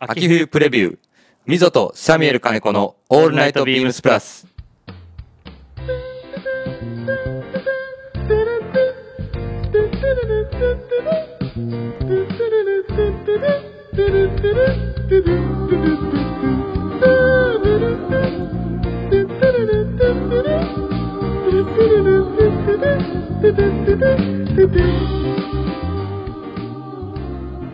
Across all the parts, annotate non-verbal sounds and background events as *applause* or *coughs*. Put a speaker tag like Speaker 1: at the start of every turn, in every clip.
Speaker 1: 秋冬プレビュー、ミゾとサミュエル金子のオールナイトビームスプラス。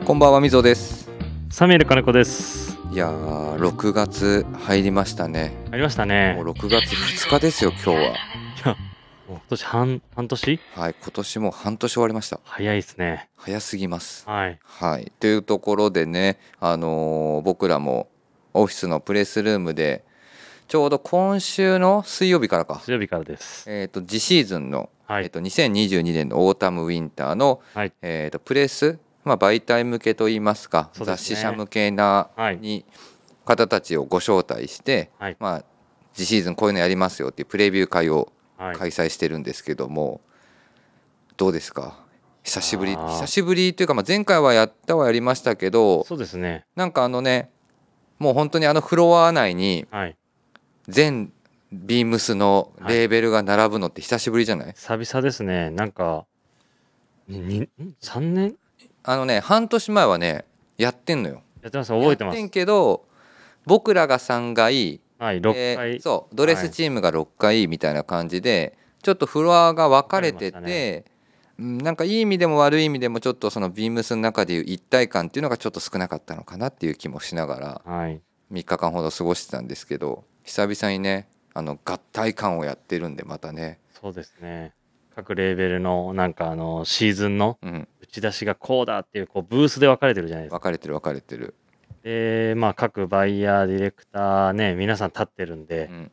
Speaker 1: こんばんは、みぞです。
Speaker 2: サミュエル金子です。
Speaker 1: いやー、6月入りましたね。
Speaker 2: ありました
Speaker 1: も
Speaker 2: ね。
Speaker 1: う6月2日ですよ、今日は。
Speaker 2: 今年半、半年
Speaker 1: はい、今年もう半年終わりました。
Speaker 2: 早いですね。
Speaker 1: 早すぎます。
Speaker 2: はい。
Speaker 1: はい、というところでね、あのー僕らもオフィスのプレスルームでちょうど今週の水曜日からか、
Speaker 2: 水曜日からです。
Speaker 1: えー、と次シーズンの、
Speaker 2: は
Speaker 1: えー、
Speaker 2: い。
Speaker 1: と2022年のオータム・ウィンターの、
Speaker 2: はい
Speaker 1: えー、とプレス、まあ、媒体向けといいますか
Speaker 2: そうで
Speaker 1: 雑
Speaker 2: すね
Speaker 1: 誌社向けな、
Speaker 2: はい
Speaker 1: に方たちをご招待して、
Speaker 2: はい
Speaker 1: まあ、次シーズンこういうのやりますよっていうプレビュー会を
Speaker 2: はい。
Speaker 1: 開催してるんですけども、どうですか久しぶり
Speaker 2: あー
Speaker 1: 久しぶりというか、まあ、前回はやったはやりましたけど
Speaker 2: そうですね。
Speaker 1: なんかあのねもう本当にあのフロア内に
Speaker 2: はい。
Speaker 1: 全ビームスのレーベルが並ぶのって久しぶりじゃない、
Speaker 2: 久々ですね。なんか、ににん3年
Speaker 1: あのね半年前はねやってんのよ
Speaker 2: やってます。覚えて
Speaker 1: や
Speaker 2: ま
Speaker 1: ってん
Speaker 2: す。
Speaker 1: けど僕らが3階
Speaker 2: はい。6
Speaker 1: え
Speaker 2: 回
Speaker 1: ー。そうドレスチームが6回みたいな感じで、ちょっとフロアが分かれて
Speaker 2: 分か
Speaker 1: て、
Speaker 2: れまし
Speaker 1: うんなんかいい意味でも悪い意味でもちょっとそのビームスの中でいう一体感っていうのがちょっと少なかったのかなっていう気もしながら
Speaker 2: はい。
Speaker 1: 3日間ほど過ごしてたんですけど久々にねあの合体感をやってるんでまたね、
Speaker 2: そうですね。各レーベルの、なんかあの、シーズンの
Speaker 1: うん、
Speaker 2: 打ち出しがこうだっていう、こう、ブースで分かれてるじゃないですか
Speaker 1: 分かれてる分かれてる、
Speaker 2: で、まあ、各バイヤー、ディレクターね、皆さん立ってるんで
Speaker 1: う、ん、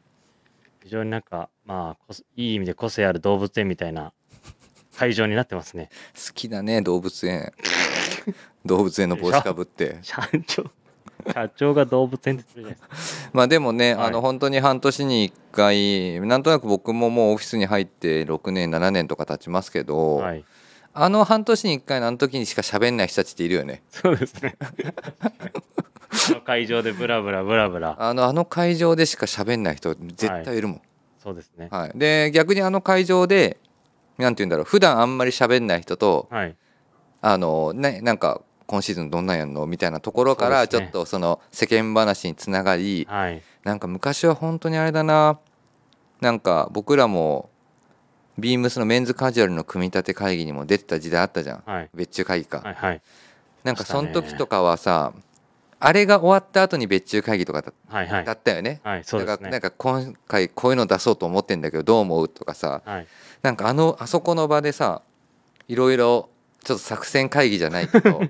Speaker 2: 非常になんか、まあこす、いい意味で個性ある動物園みたい
Speaker 1: *laughs*
Speaker 2: な会場になってますね。
Speaker 1: 好きだね動物園 *laughs* 動物園の帽子かぶって
Speaker 2: 社長、社長が動物園って言ってるじゃないで
Speaker 1: まあでもね、
Speaker 2: はい
Speaker 1: あの本当に半年に1回なんとなく僕ももうオフィスに入って6年7年とか経ちますけど、
Speaker 2: すか。はい。
Speaker 1: あの半年に1回のあの時にしか喋んない人たちっているよね
Speaker 2: そうですね。あの会場でブラブラブラブラ。
Speaker 1: あのあの会場でしか喋んない人絶対いるもん、
Speaker 2: そうですね。
Speaker 1: はいで逆にあの会場でなんて言うんだろう普段あんまり喋んない人と
Speaker 2: はい。
Speaker 1: あのねなんか今シーズンどんなんやんのみたいなところからち
Speaker 2: そう
Speaker 1: ょ
Speaker 2: です
Speaker 1: っ
Speaker 2: ね
Speaker 1: とその世間話につながり、
Speaker 2: はい。
Speaker 1: なんか昔は本当にあれだななんか僕らもビームスのメンズカジュアルの組み立て会議にも出てた時代あったじゃん
Speaker 2: はい。
Speaker 1: 別注会議か、
Speaker 2: はい。はい。
Speaker 1: なんか
Speaker 2: した
Speaker 1: そ
Speaker 2: ね
Speaker 1: の時とかはさあれが終わった後に別注会議とかだ
Speaker 2: はい。はい
Speaker 1: だ。ったよね、
Speaker 2: はい。そうで
Speaker 1: だ
Speaker 2: す
Speaker 1: からな
Speaker 2: ね。
Speaker 1: んか今回こういうの出そうと思ってんだけどどう思うとかさ
Speaker 2: はい。
Speaker 1: なんかあのあそこの場でさいろいろちょっと作戦会議じゃないけ
Speaker 2: *laughs*
Speaker 1: ど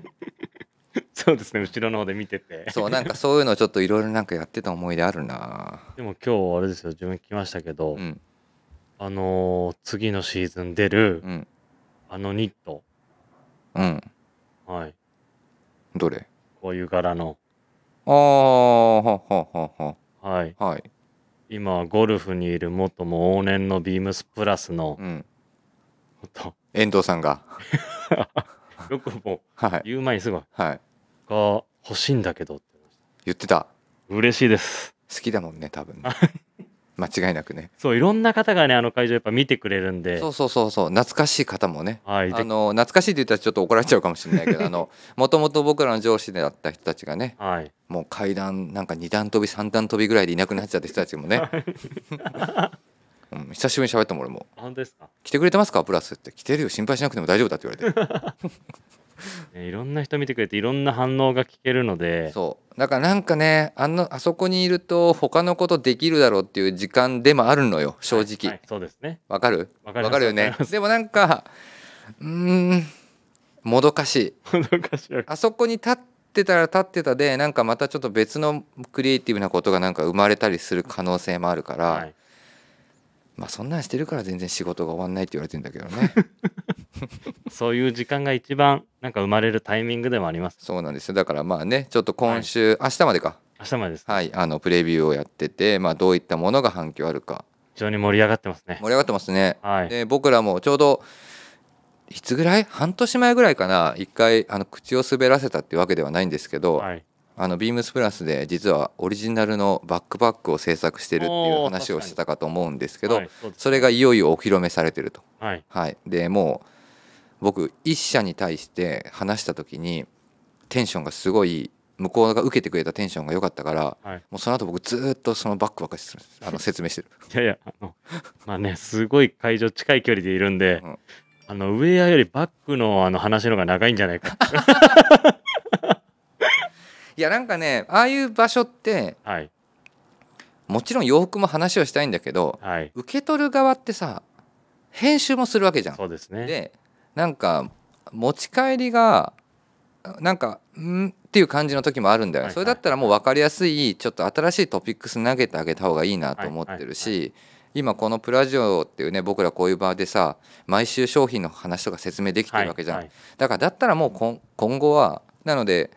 Speaker 2: そうですね。後ろの方で見てて。
Speaker 1: そうなんかそういうのちょっといろいろなんかやってた思い出あるな
Speaker 2: でも今日あれですよ。自分来ましたけど、
Speaker 1: うん
Speaker 2: あのー次のシーズン出る
Speaker 1: う、ん
Speaker 2: あのニット。
Speaker 1: うん
Speaker 2: はい。
Speaker 1: どれ
Speaker 2: こういう柄の。
Speaker 1: ああ、はははは
Speaker 2: はい。
Speaker 1: は。はい。
Speaker 2: 今ゴルフにいる元も往年のビームスプラスの
Speaker 1: うん。
Speaker 2: ほん
Speaker 1: *laughs*
Speaker 2: と
Speaker 1: 遠藤さんが。
Speaker 2: よくもう
Speaker 1: はい。
Speaker 2: 言う前にすごい
Speaker 1: はい。
Speaker 2: が欲しいんだけどって
Speaker 1: 言ってた。
Speaker 2: 嬉しいです
Speaker 1: 好きだもんね、多
Speaker 2: *laughs*
Speaker 1: 分ね。間違いなくね。
Speaker 2: そういろんな方がねあの会場やっぱ見てくれるんで
Speaker 1: そうそうそうそう、懐かしい方もね。
Speaker 2: はい
Speaker 1: あ
Speaker 2: で
Speaker 1: の懐かしいって言ったらちょっと怒られちゃうかもしれないけ
Speaker 2: *laughs*
Speaker 1: どあのもともと僕らの上司であった人たちがね
Speaker 2: はい
Speaker 1: もう階段なんか2段飛び3段飛びぐらいでいなくなっちゃった人たちもね、 *laughs* うん、久しぶりに喋ったもん俺も
Speaker 2: あ本当ですか、
Speaker 1: 「来てくれてますかプラス」って「来てるよ心配しなくても大丈夫だ」って言われて
Speaker 2: ね、いろんな人見てくれていろんな反応が聞けるので
Speaker 1: そうだからなんかねあのあそこにいると他のことできるだろうっていう時間でもあるのよ正直わ、
Speaker 2: はい、そうですね *laughs*
Speaker 1: かる
Speaker 2: わかります
Speaker 1: わかるよ
Speaker 2: わ
Speaker 1: ね
Speaker 2: かります
Speaker 1: でもなんかうーんもどかしい
Speaker 2: 本当かしら
Speaker 1: あそこに立ってたら立ってたでなんかまたちょっと別のクリエイティブなことがなんか生まれたりする可能性もあるから、
Speaker 2: はい
Speaker 1: まあそんなんしてるから全然仕事が終わんないって言われてんだけど
Speaker 2: *laughs*
Speaker 1: ね
Speaker 2: そういう時間が一番なんか生まれるタイミングでもあります
Speaker 1: そうなんですよだからまあねちょっと今週、明日までか
Speaker 2: 明日までです、
Speaker 1: はいあのプレビューをやってて、まあ、どういったものが反響あるか
Speaker 2: 非常に盛り上がってますね
Speaker 1: 盛り上がってますね
Speaker 2: はい
Speaker 1: で僕らもちょうどいつぐらい半年前ぐらいかな一回あの口を滑らせたってわけではないんですけど、
Speaker 2: はい
Speaker 1: あのビームスプラスで実はオリジナルのバックパックを制作してるっていう
Speaker 2: おー
Speaker 1: 話をしてたかと思うんですけ
Speaker 2: け
Speaker 1: ど、
Speaker 2: はい、そうです
Speaker 1: それがいよいよお披露目されてると。
Speaker 2: はい、
Speaker 1: はい、でもう僕一社に対して話した時にテンションがすごい向こうが受けてくれたテンションが良かったから、
Speaker 2: はい
Speaker 1: もうその後僕ずーっとそのバックばっかりするあの説明してる *laughs*
Speaker 2: いやいやあのまあねすごい会場近い距離でいるんで、
Speaker 1: うん
Speaker 2: あのウェアよりバックのあの話の方が長いんじゃない
Speaker 1: *laughs*
Speaker 2: か
Speaker 1: いやなんかねああいう場所って
Speaker 2: はい
Speaker 1: もちろん洋服も話をしたいんだけど
Speaker 2: はい
Speaker 1: 受け取る側ってさ編集もするわけじゃん
Speaker 2: そうですね
Speaker 1: でなんか持ち帰りがなんか「ん?」っていう感じの時もあるんだ
Speaker 2: は
Speaker 1: よ、
Speaker 2: いはい
Speaker 1: それだったらもう分かりやすいちょっと新しいトピックス投げてあげた方がいいなと思ってるし、
Speaker 2: は
Speaker 1: 今この「プラジオ」っていうね僕らこういう場でさ毎週商品の話とか説明できて
Speaker 2: はい
Speaker 1: るわけじゃん、
Speaker 2: はい
Speaker 1: だからだったらもう今今後はなので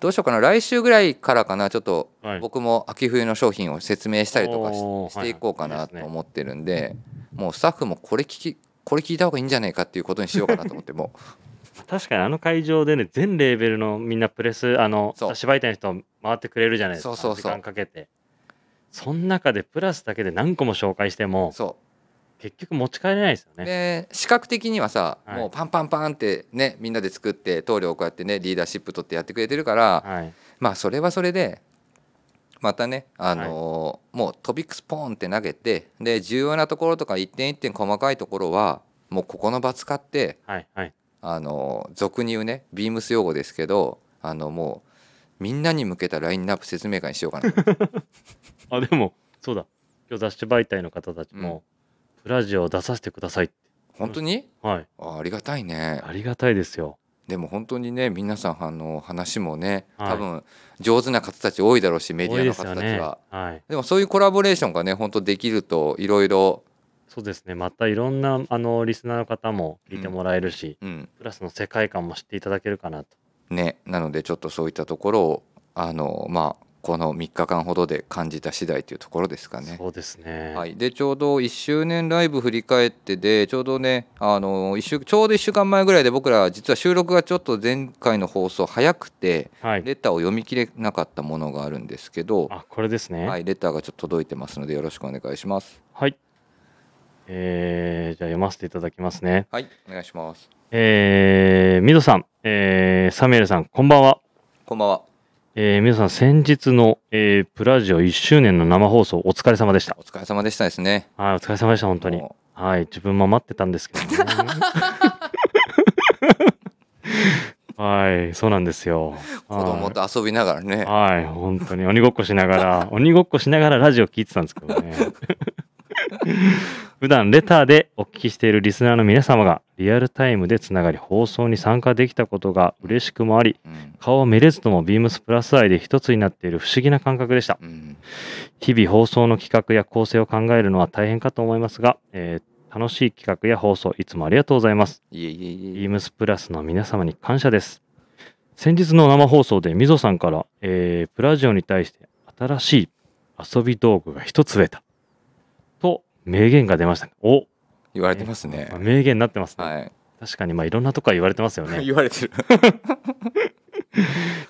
Speaker 1: どうしようかな来週ぐらいからかなちょっと
Speaker 2: はい
Speaker 1: 僕も秋冬の商品を説明したりとかし
Speaker 2: おー
Speaker 1: していこうか
Speaker 2: はいは
Speaker 1: ない
Speaker 2: いいですね
Speaker 1: と思ってるんでもうスタッフもこれ聞きこれ聞いた方がいいんじゃないかっていうことにしようかなと思ってもう
Speaker 2: 確かにあの会場でね全レーベルのみんなプレスあの
Speaker 1: そう
Speaker 2: 芝居店の人回ってくれるじゃないですか
Speaker 1: そうそうそう
Speaker 2: 時間かけてその中でプラスだけで何個も紹介して *laughs* も
Speaker 1: そ
Speaker 2: 結局持ち帰れないですよ
Speaker 1: う
Speaker 2: ね
Speaker 1: で視覚的にはさ
Speaker 2: はい
Speaker 1: もうパンパンパンってねみんなで作って棟梁をこうやってねリーダーシップ取ってやってくれてるから
Speaker 2: はい
Speaker 1: まあそれはそれでまたねあのーもうトピックスポーンって投げてで重要なところとか一点一点細かいところはもうここの場使って
Speaker 2: はいはい
Speaker 1: あの俗に言うねビームス用語ですけどあのもうみんなに向けたラインナップ説明会にしようか
Speaker 2: *laughs*
Speaker 1: な
Speaker 2: あでもそうだ今日雑誌媒体の方たちも、プラジオを出させてくださいって
Speaker 1: 本当に
Speaker 2: はい
Speaker 1: あありがたいね
Speaker 2: ありがたいですよ
Speaker 1: でも本当にね皆さんあの話もね
Speaker 2: はい
Speaker 1: 多分上手な方たち多いだろうしメディ
Speaker 2: 多
Speaker 1: ア
Speaker 2: い
Speaker 1: の
Speaker 2: です
Speaker 1: 方
Speaker 2: よ
Speaker 1: たちは
Speaker 2: ね
Speaker 1: で,、
Speaker 2: はい
Speaker 1: もそういうコラボレーションがね本当できるといろいろ
Speaker 2: そうですねまたいろんなあのリスナーの方も聞いてもらえるし、
Speaker 1: うん
Speaker 2: プラスの世界観も知っていただけるかなと
Speaker 1: ねなのでちょっとそういったところをあのまあこの3日間ほどで感じた次第というところですかね。
Speaker 2: そうですね
Speaker 1: はい、でちょうど1周年ライブ振り返ってでちょうどねあの一週ちょうど1週間前ぐらいで僕ら実は収録がちょっと前回の放送早くて
Speaker 2: はい
Speaker 1: レターを読み切れなかったものがあるんですけど、
Speaker 2: あこれですね
Speaker 1: はい、レターがちょっと届いてますのでよろしくお願いします。
Speaker 2: はい。えーじゃあ読ませていただきますね。
Speaker 1: はいお願いします
Speaker 2: えー、ミドさん、えーサミュエルさん、こんばんは。
Speaker 1: こんばんは
Speaker 2: えー、ミドさん、先日の、えープラジオ1周年の生放送、お疲れ様でした
Speaker 1: お。疲れ様でしたですね
Speaker 2: はい、お疲れ様でした、本当に。
Speaker 1: も
Speaker 2: はい、自分も待ってたんですけどね。
Speaker 1: *laughs*
Speaker 2: はい、そうなんですよ。
Speaker 1: う子供と遊びながらね
Speaker 2: はい、本当に鬼ごっこしなが
Speaker 1: *laughs*
Speaker 2: ら、鬼ごっこしながらラジオ聞いてたんですけどね。 *laughs* 普段レターでお聞きしているリスナーの皆様がリアルタイムでつながり放送に参加できたことが嬉しくもあり、
Speaker 1: うん、
Speaker 2: 顔はめれずともビームスプラス愛で一つになっている不思議な感覚でした。
Speaker 1: うん、
Speaker 2: 日々放送の企画や構成を考えるのは大変かと思いますが、えー楽しい企画や放送いつもありがとうございます。
Speaker 1: いえいえいえ
Speaker 2: ビームスプラスの皆様に感謝です。先日の生放送でみぞさんから、えープラジオに対して新しい遊び道具が一つ増えた。と、名言が出ました。お、
Speaker 1: 言われてますね
Speaker 2: まあ名言になってますね。
Speaker 1: はい
Speaker 2: 確かに、まあ、いろんなとこから言われてますよ
Speaker 1: *laughs*
Speaker 2: ね。
Speaker 1: 言われてる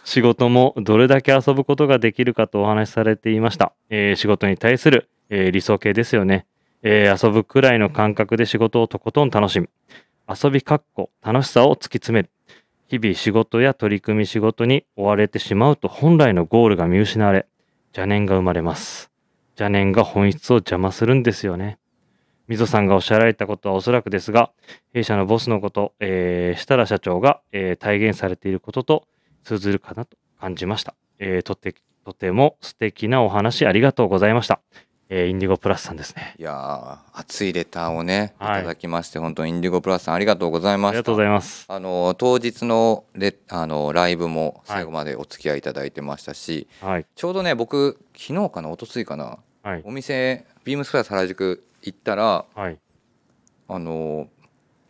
Speaker 2: 仕事もどれだけ遊ぶことができるかとお話しされていました。えー仕事に対する、えー理想形ですよね、えー遊ぶくらいの感覚で仕事をとことん楽しむ。遊びかっこ楽しさを突き詰める。日々仕事や取り組み仕事に追われてしまうと本来のゴールが見失われ、邪念が生まれます。邪念が本質を邪魔するんですよね。溝さんがおっしゃられたことはおそらくですが、弊社のボスのこと、えー設楽社長が、えー体現されていることと通ずるかなと感じました。えーとて、とても素敵なお話ありがとうございました。えーインディゴプラスさんですね。
Speaker 1: いやー熱いレターをねい
Speaker 2: はい
Speaker 1: ただきまして、本当にインディゴプラスさんありがとうございま
Speaker 2: あり
Speaker 1: した
Speaker 2: がとうございます。
Speaker 1: あの当日のレあのライブも最後までお付き合いいただいてましたし、
Speaker 2: はい。
Speaker 1: ちょうどね僕昨日かな一昨日かな
Speaker 2: はい。
Speaker 1: お店ビームスプラス原宿行ったら
Speaker 2: はい。
Speaker 1: あの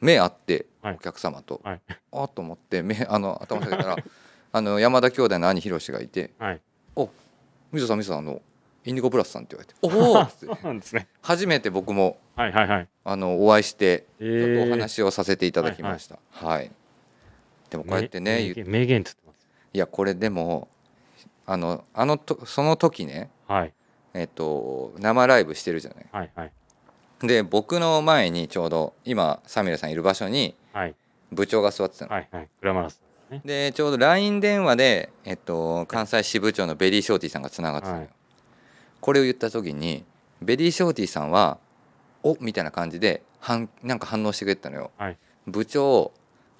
Speaker 1: 目合って
Speaker 2: はい
Speaker 1: お客様と、
Speaker 2: はい
Speaker 1: あっと思って目あの頭下げたら *laughs* あの山田兄弟の兄ひろしがいて
Speaker 2: はい。
Speaker 1: 「お水野さん水野さんあのインディゴプラスさん」って *laughs* 言われて「おお!」っつっ
Speaker 2: そう
Speaker 1: て
Speaker 2: なんですね。
Speaker 1: 初めて僕も
Speaker 2: はいはいはい。
Speaker 1: あのお会いして
Speaker 2: え
Speaker 1: ちょっ
Speaker 2: ー
Speaker 1: とお話をさせていただきました。はいでもこうやってね
Speaker 2: 名名言名言って言ってます。
Speaker 1: いやこれでもあのあのとその時ね、
Speaker 2: はい
Speaker 1: えっと、生ライブしてるじゃない。
Speaker 2: はいはい
Speaker 1: で僕の前にちょうど今サミュエルさんいる場所に
Speaker 2: はい
Speaker 1: 部長が座ってたの。
Speaker 2: はいはいグラマラスね
Speaker 1: でちょうど LINE 電話で、えっと、関西支部長のベリーショーティーさんがつながってたのよ、
Speaker 2: はい
Speaker 1: これを言った時にベリーショーティーさんは「おみたいな感じで反なんか反応してくれてたのよ、
Speaker 2: はい
Speaker 1: 部長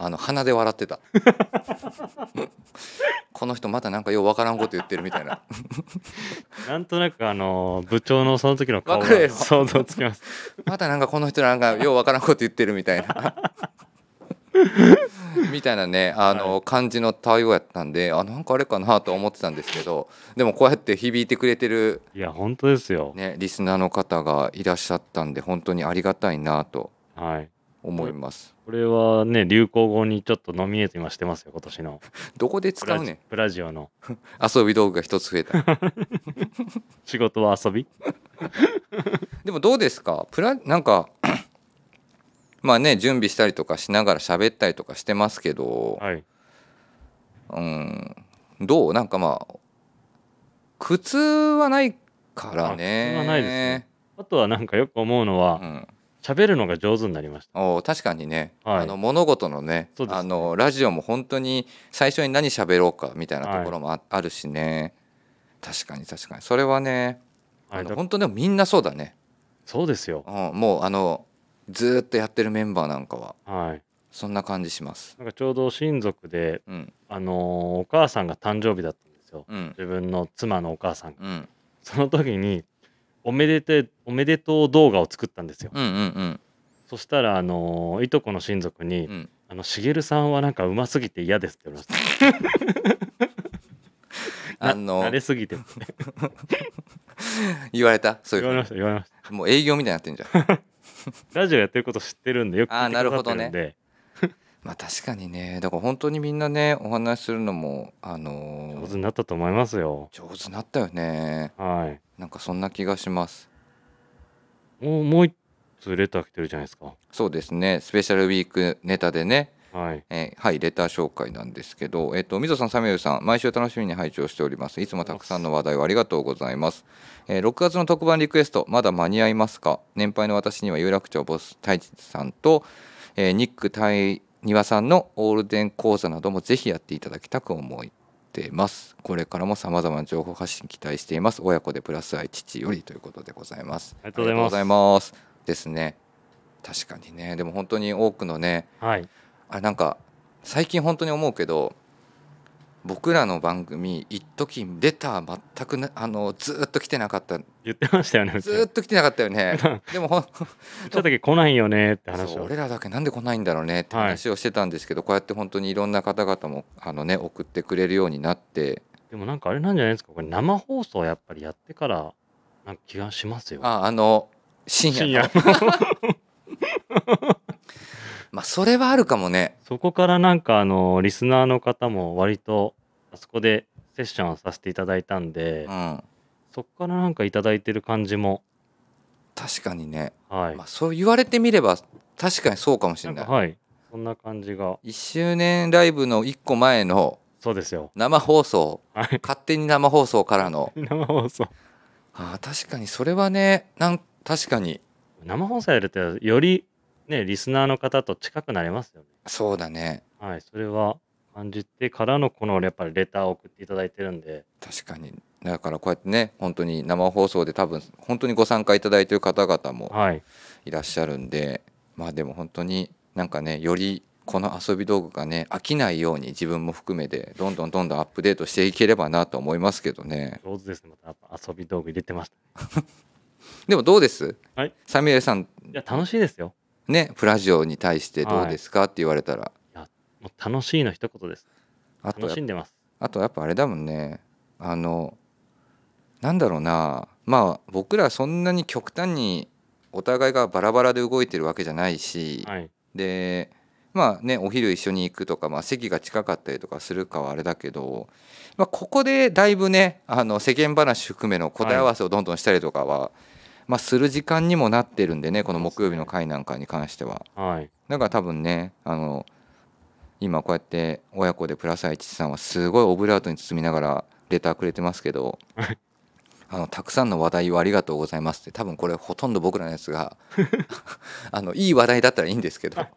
Speaker 1: あの鼻で笑っ
Speaker 2: *laughs*
Speaker 1: てたこの人またなんかようわからんこと言ってるみたいな
Speaker 2: なんとなくあのー部長のその時の顔
Speaker 1: わかる
Speaker 2: が
Speaker 1: よ
Speaker 2: 想像つきます
Speaker 1: またなんかこの人なんかようわからんこと言ってるみたいな *laughs* みたいなねあの、感じの対応やったんであなんかあれかなと思ってたんですけどでもこうやって響いてくれてる
Speaker 2: いや本当ですよ、
Speaker 1: ね、リスナーの方がいらっしゃったんで本当にありがたいなと
Speaker 2: はい
Speaker 1: 思います。
Speaker 2: これはね流行語にちょっとノミネート今してますよ今年の
Speaker 1: どこで
Speaker 2: プ
Speaker 1: 使
Speaker 2: ラ
Speaker 1: う
Speaker 2: ジ
Speaker 1: ねん
Speaker 2: プラジオの
Speaker 1: 遊び道具が一つ増えた。
Speaker 2: 仕事は遊び
Speaker 1: でもどうですかプラなんかまあね準備したりとかしながら喋ったりとかしてますけど、
Speaker 2: はい
Speaker 1: うんどうなんかまあ苦痛はないからね。
Speaker 2: あ苦痛はないですねあとはなんかよく思うの
Speaker 1: う
Speaker 2: は
Speaker 1: ん
Speaker 2: 喋、るのが上手になりました
Speaker 1: お確かにね、
Speaker 2: はい
Speaker 1: あの物事のね
Speaker 2: そうですね
Speaker 1: あのラジオも本当に最初に何喋ろうかみたいなところもあ,、あるしね確かに確かにそれはね
Speaker 2: は
Speaker 1: あ
Speaker 2: い
Speaker 1: の
Speaker 2: だ
Speaker 1: 本当でもみんなそうだね、
Speaker 2: そうですよ
Speaker 1: うん、もうあのずーっとやってるメンバーなんかは
Speaker 2: はい
Speaker 1: そんな感じします
Speaker 2: なんかちょうど親族で
Speaker 1: うん
Speaker 2: あのーお母さんが誕生日だったんですよ
Speaker 1: うん
Speaker 2: 自分の妻のお母さんが
Speaker 1: うん
Speaker 2: その時におめでておめでとう動画を作ったんですよ、
Speaker 1: うんうん
Speaker 2: そしたらあのーいとこの親族に、
Speaker 1: うんうん
Speaker 2: あのしげるさんはなんかうますぎて嫌ですって言われまし
Speaker 1: *laughs* あ
Speaker 2: た。
Speaker 1: の
Speaker 2: 慣れすぎ
Speaker 1: *laughs*
Speaker 2: てって
Speaker 1: 言われたそうい
Speaker 2: 言われ
Speaker 1: う
Speaker 2: ました言われました。
Speaker 1: もう営業みたいになってんじゃん
Speaker 2: ラジオやってること知ってるんでよく聞い
Speaker 1: あー
Speaker 2: てくださってるんで、
Speaker 1: まあ確かにねだから本当にみんなねお話しするのもあの
Speaker 2: 上手
Speaker 1: ー
Speaker 2: になったと思いますよ。
Speaker 1: 上手になったよね
Speaker 2: は
Speaker 1: なんかそんな気がします
Speaker 2: い。もうもう一通レター来てるじゃないですか。
Speaker 1: そうですね、スペシャルウィークネタでね、
Speaker 2: はい。
Speaker 1: えーはい、レター紹介なんですけど、えっと、みぞさん、サミュエルさん、毎週楽しみに拝聴しております。いつもたくさんの話題をありがとうございます。えー6月の特番リクエスト、まだ間に合いますか年配の私には有楽町ボス太一さんと、えーニック対庭さんのオールデン講座などもぜひやっていただきたく思ってます。これからも様々な情報発信期待しています。親子でプラス愛父よりということでございます。
Speaker 2: ありがとうございます
Speaker 1: ありがとうございます。ですね。確かにね。でも本当に多くのね、
Speaker 2: はい。
Speaker 1: あれなんか最近本当に思うけど僕らの番組一時レター全くなあのずーっと来てなかった
Speaker 2: 言ってましたよね。うち
Speaker 1: ずーっと来て *laughs* なかったよねでもほん
Speaker 2: うちの時来ないよねって話
Speaker 1: そう
Speaker 2: を。
Speaker 1: 俺らだけなんで来ないんだろうねって話をしてたんですけど、こうやって本当にいろんな方々もあの、ね、送ってくれるようになって
Speaker 2: でもなんかあれなんじゃないですか。これ生放送やっぱりやってからなんか気がしますよ。
Speaker 1: ああの深夜
Speaker 2: 深
Speaker 1: の
Speaker 2: 夜。
Speaker 1: まあ、それはあるかもね
Speaker 2: そこからなんかあのリスナーの方も割とあそこでセッションをさせていただいたんで、
Speaker 1: うん
Speaker 2: そこからなんかいただいてる感じも
Speaker 1: 確かにね、
Speaker 2: はい、
Speaker 1: まあ、そう言われてみれば確かにそうかもし
Speaker 2: な
Speaker 1: れ
Speaker 2: ん
Speaker 1: な
Speaker 2: か
Speaker 1: い
Speaker 2: はいそんな感じが
Speaker 1: 1周年ライブの1個前の
Speaker 2: そうですよ
Speaker 1: 生放送、
Speaker 2: はい
Speaker 1: 勝手に生放送からの
Speaker 2: 生放送
Speaker 1: あー確かにそれはねなん確かに
Speaker 2: 生放送やるとよりねリスナーの方と近くなれますよね
Speaker 1: そうだね
Speaker 2: はいそれは感じてからのこのやっぱりレターを送っていただいてるんで
Speaker 1: 確かにだからこうやってね本当に生放送で多分本当にご参加いただいている方々も
Speaker 2: はい
Speaker 1: いらっしゃるんでまあでも本当になんかねよりこの遊び道具がね飽きないように自分も含めてどんどんどんどんアップデートしていければなと思いますけどね
Speaker 2: 上手ですねまた遊び道具入れてました
Speaker 1: でもどうです、
Speaker 2: はい
Speaker 1: サミュエルさん
Speaker 2: いや楽しいですよ
Speaker 1: ねプラジオに対してどうですかって言われたら、
Speaker 2: もう楽しいの一言です
Speaker 1: あとやっ
Speaker 2: 楽しんでます
Speaker 1: あとやっぱあれだもんねあのなんだろうなまあ僕らそんなに極端にお互いがバラバラで動いてるわけじゃないし、
Speaker 2: はい
Speaker 1: でまあねお昼一緒に行くとか、まあ、席が近かったりとかするかはあれだけど、まあ、ここでだいぶねあの世間話含めの答え合わせをどんどんしたりとかは、まあ、する時間にもなってるんでねこの木曜日の回なんかに関しては。
Speaker 2: はい
Speaker 1: だから多分ねあの今こうやって親子でプラス愛知さんはすごいオブラートに包みながらレターくれてますけどあのたくさんの話題をありがとうございますって多分これほとんど僕らのや
Speaker 2: *laughs*
Speaker 1: つがあのいい話題だったらいいんですけどっ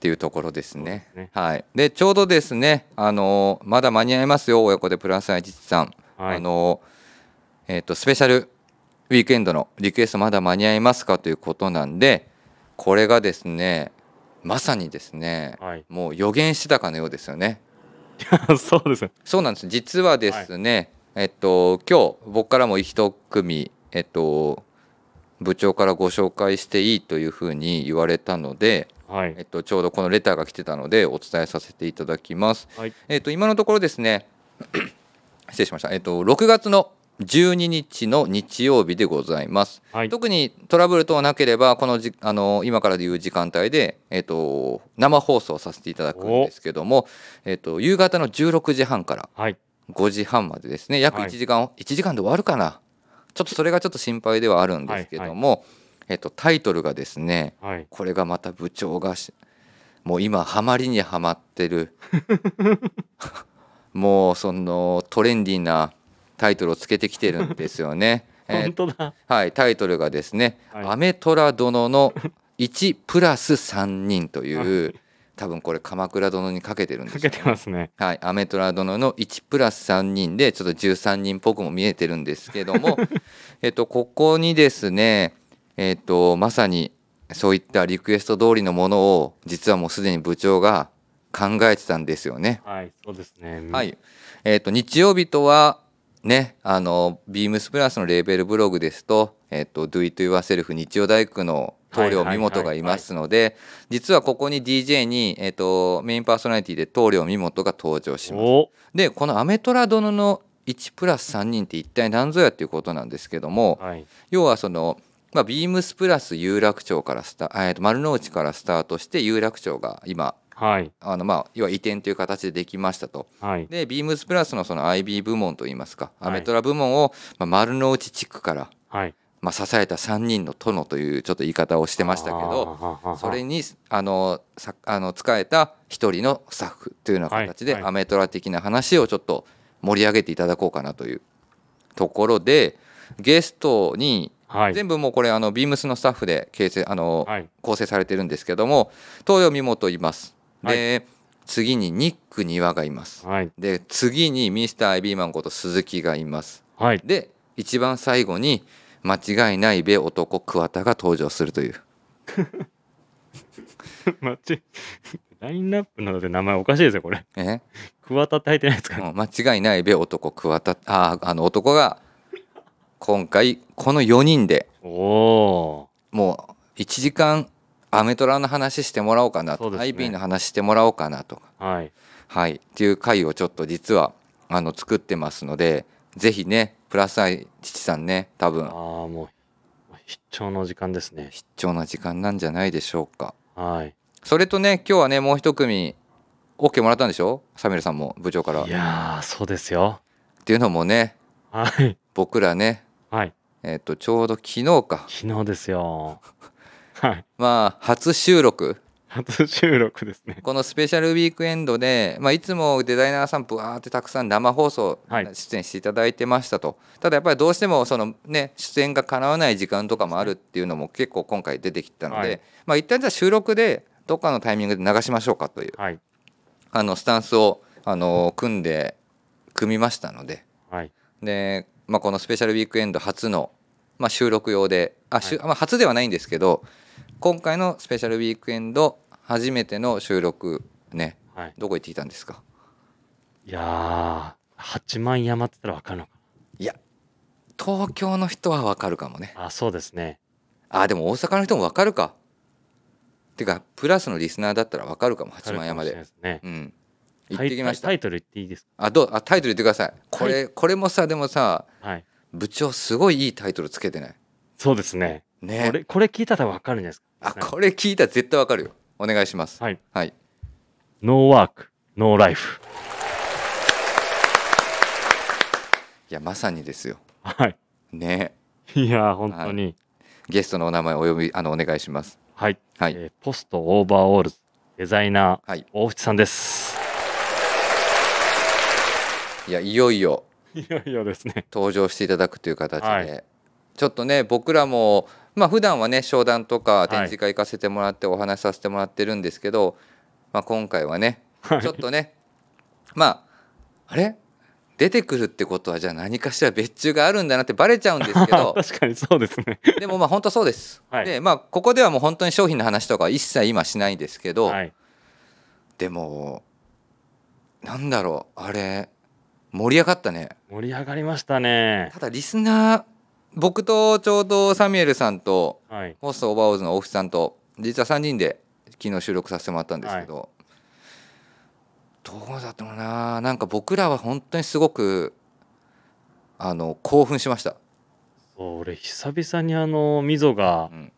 Speaker 1: ていうところですね。
Speaker 2: そうですね
Speaker 1: はい、でちょうどですねあのまだ間に合いますよ親子でプラス愛実さん、
Speaker 2: はい
Speaker 1: あのえっ、とスペシャルウィークエンドのリクエストまだ間に合いますかということなんでこれがですねまさにですね
Speaker 2: はい。
Speaker 1: もう予言してたかのようですよね。
Speaker 2: そうですね。
Speaker 1: *laughs* そうなんです実はですね、えっと今日僕からも一組えっと部長からご紹介していいというふうに言われたので、
Speaker 2: は
Speaker 1: え
Speaker 2: い。
Speaker 1: っと、ちょうどこのレターが来てたのでお伝えさせていただきます。
Speaker 2: はい。
Speaker 1: えっと今のところですね *coughs* 失礼しました、えっと、6月の12日の日曜日でございます。
Speaker 2: はい。
Speaker 1: 特にトラブル等なければこのじあの今からいう時間帯で、えっと生放送させていただくんですけども、えっと夕方の16時半から
Speaker 2: はい。
Speaker 1: 5時半までですね約
Speaker 2: はい
Speaker 1: 1時間、1時間で終わるかなちょっとそれがちょっと心配ではあるんですけども、えっと、タイトルがですね
Speaker 2: はい。
Speaker 1: これがまた部長がしもう今ハマりにはまってる *laughs* もうそのトレンディーなタイトルをつけてきてるんですよね。えー
Speaker 2: *laughs* 本当だ。
Speaker 1: はい、タイトルがですね「
Speaker 2: はい
Speaker 1: アメトラ
Speaker 2: *laughs*
Speaker 1: 殿の1プラス3人」という多分これ鎌倉殿にかけてるんで
Speaker 2: か
Speaker 1: すよ
Speaker 2: けてますね。
Speaker 1: はい、アメトラ殿の1プラス3人でちょっと13人っぽくも見えてるんですけど *laughs* もえっとここにですね、えっと、まさにそういったリクエスト通りのものを実はもうすでに部長が考えてたんですよね。
Speaker 2: はい。そうですね。
Speaker 1: は。いえっと日曜日とはねあのビームスプラスのレーベルブログですと「えっと Do It Yourself 日曜大工」の棟梁
Speaker 2: はいはいはいはい
Speaker 1: 美本がいますので実はここに DJ に、えっとメインパーソナリティで棟梁美本が登場します。
Speaker 2: お。
Speaker 1: でこの「アメトラ殿の1プラス3人」って一体何ぞやっていうことなんですけども
Speaker 2: はい。
Speaker 1: 要はその、まあ、ビームスプラス有楽町からスタ、えーと丸の内からスタートして有楽町が今
Speaker 2: はい。
Speaker 1: あの、まあ、要は移転という形でできましたと。
Speaker 2: はい。
Speaker 1: でビームスプラスのその IB 部門といいますか
Speaker 2: は
Speaker 1: ア
Speaker 2: い
Speaker 1: メトラ部門を、まあ、丸の内地区から、
Speaker 2: はい。
Speaker 1: まあ、支えた3人の殿というちょっと言い方をしてましたけど。
Speaker 2: ど
Speaker 1: それにあのさあの使えた一人のスタッフというような形で、
Speaker 2: はいはい
Speaker 1: アメトラ的な話をちょっと盛り上げていただこうかなというところでゲストに、
Speaker 2: はい。
Speaker 1: 全部もうこれあのビームスのスタッフで形成あの、
Speaker 2: はい。
Speaker 1: 構成されてるんですけども東洋美元います。で、次にニック庭がいます。
Speaker 2: はい。
Speaker 1: で次にミスターアイビーマンこと鈴木がいます。
Speaker 2: はい。 *laughs*
Speaker 1: で一番最後に間違いないべ男桑田が登場するという。
Speaker 2: 待ってラインナップなので名前おかしいですよ、これ。
Speaker 1: え
Speaker 2: 桑田って入ってないですか、
Speaker 1: うん間違いないべ男桑田ああの男が今回この4人で
Speaker 2: おお
Speaker 1: もう1時間アメトラの話してもらおうかな
Speaker 2: そ
Speaker 1: と、
Speaker 2: うですね
Speaker 1: アイビーの話してもらおうかなとか、
Speaker 2: ー。はい。
Speaker 1: はい、っていう回をちょっと実はあの作ってますのでぜひねプラスアイ父さんね多
Speaker 2: ああ
Speaker 1: 分、
Speaker 2: もう、必聴の時間ですね。
Speaker 1: 必要な時間なんじゃないでしょうか。
Speaker 2: はい。
Speaker 1: それとね今日はねもう一組 OK もらったんでしょサミュエルさんも部長から。っ
Speaker 2: いやー、そうですよ。
Speaker 1: ていうのもね
Speaker 2: はい。
Speaker 1: 僕らね、
Speaker 2: はい。
Speaker 1: えっとちょうど昨日か
Speaker 2: 昨日ですよ。はい。
Speaker 1: まあ初収録
Speaker 2: 初収録ですね。
Speaker 1: このスペシャルウィークエンドで、まあ、いつもデザイナーさんぶわーってたくさん生放送
Speaker 2: はい
Speaker 1: 出演していただいてましたと、ただやっぱりどうしてもその、ね、出演が叶わない時間とかもあるっていうのも結構今回出てきたので、
Speaker 2: はい
Speaker 1: まあ一旦じゃあ収録でどっかのタイミングで流しましょうかという
Speaker 2: はい。
Speaker 1: あのスタンスをあの組んで組みましたので
Speaker 2: はい。
Speaker 1: で、まあ、このスペシャルウィークエンド初の、まあ、収録用であ、しゅまあ、初ではないんですけど今回のスペシャルウィークエンド初めての収録ね
Speaker 2: はい。
Speaker 1: どこ行ってきたんですか
Speaker 2: いやー、八幡山って言ったらわかるのか
Speaker 1: いや東京の人はわかるかもね
Speaker 2: な。あ、そうですね。
Speaker 1: あでも大阪の人もわかるかてかプラスのリスナーだったらわかるかも八幡山
Speaker 2: わか
Speaker 1: で
Speaker 2: るかもしれないですね。
Speaker 1: うん行ってきまし
Speaker 2: タ
Speaker 1: た
Speaker 2: イタイタイトル言っていいです
Speaker 1: あどうあタイトル言ってくださいこれ、これもさでもさ
Speaker 2: かはい。
Speaker 1: 部長すごいいいタイトルつけてない
Speaker 2: そうですね。
Speaker 1: ね
Speaker 2: これ、これ聞いたらわかるんじゃない
Speaker 1: あ
Speaker 2: ですか。
Speaker 1: これ聞いたら絶対わかるよお願いします
Speaker 2: はい。
Speaker 1: はい
Speaker 2: ノーワーク、ノーライフ。
Speaker 1: いやまさにですよ
Speaker 2: はい。
Speaker 1: ね
Speaker 2: いやー、本当に。
Speaker 1: ゲストのお名前お呼びあのお願いします
Speaker 2: はい。
Speaker 1: はい、
Speaker 2: えーポストオーバーオールズ、デザイナー、
Speaker 1: *laughs* はい
Speaker 2: 大淵さんです。
Speaker 1: いやいよいよ
Speaker 2: いよいよですね。
Speaker 1: 登場していただくという形で、
Speaker 2: はい
Speaker 1: ちょっとね僕らもまあ普段はね商談とか展示会行かせてもらってお話しさせてもらってるんですけど、まあ、今回はね
Speaker 2: はい
Speaker 1: ちょっとねまああれ出てくるってことはじゃあ何かしら別注があるんだなってバレちゃうんですけ
Speaker 2: *laughs*
Speaker 1: ど
Speaker 2: 確かにそうですね。
Speaker 1: でもまあ本当そうです。
Speaker 2: はい
Speaker 1: でまあここではもう本当に商品の話とかは一切今しないんですけど、
Speaker 2: はい。
Speaker 1: でもなんだろうあれ盛り上がったね。
Speaker 2: 盛り上がりましたね。
Speaker 1: ただリスナー僕とちょうどサミュエルさんと
Speaker 2: はい。
Speaker 1: ホストオーバーオーズの大渕さんと実は3人で昨日収録させてもらったんですけど、どうだったのかななんか僕らは本当にすごくあの興奮しました
Speaker 2: そう俺久々にあのみぞが、
Speaker 1: うん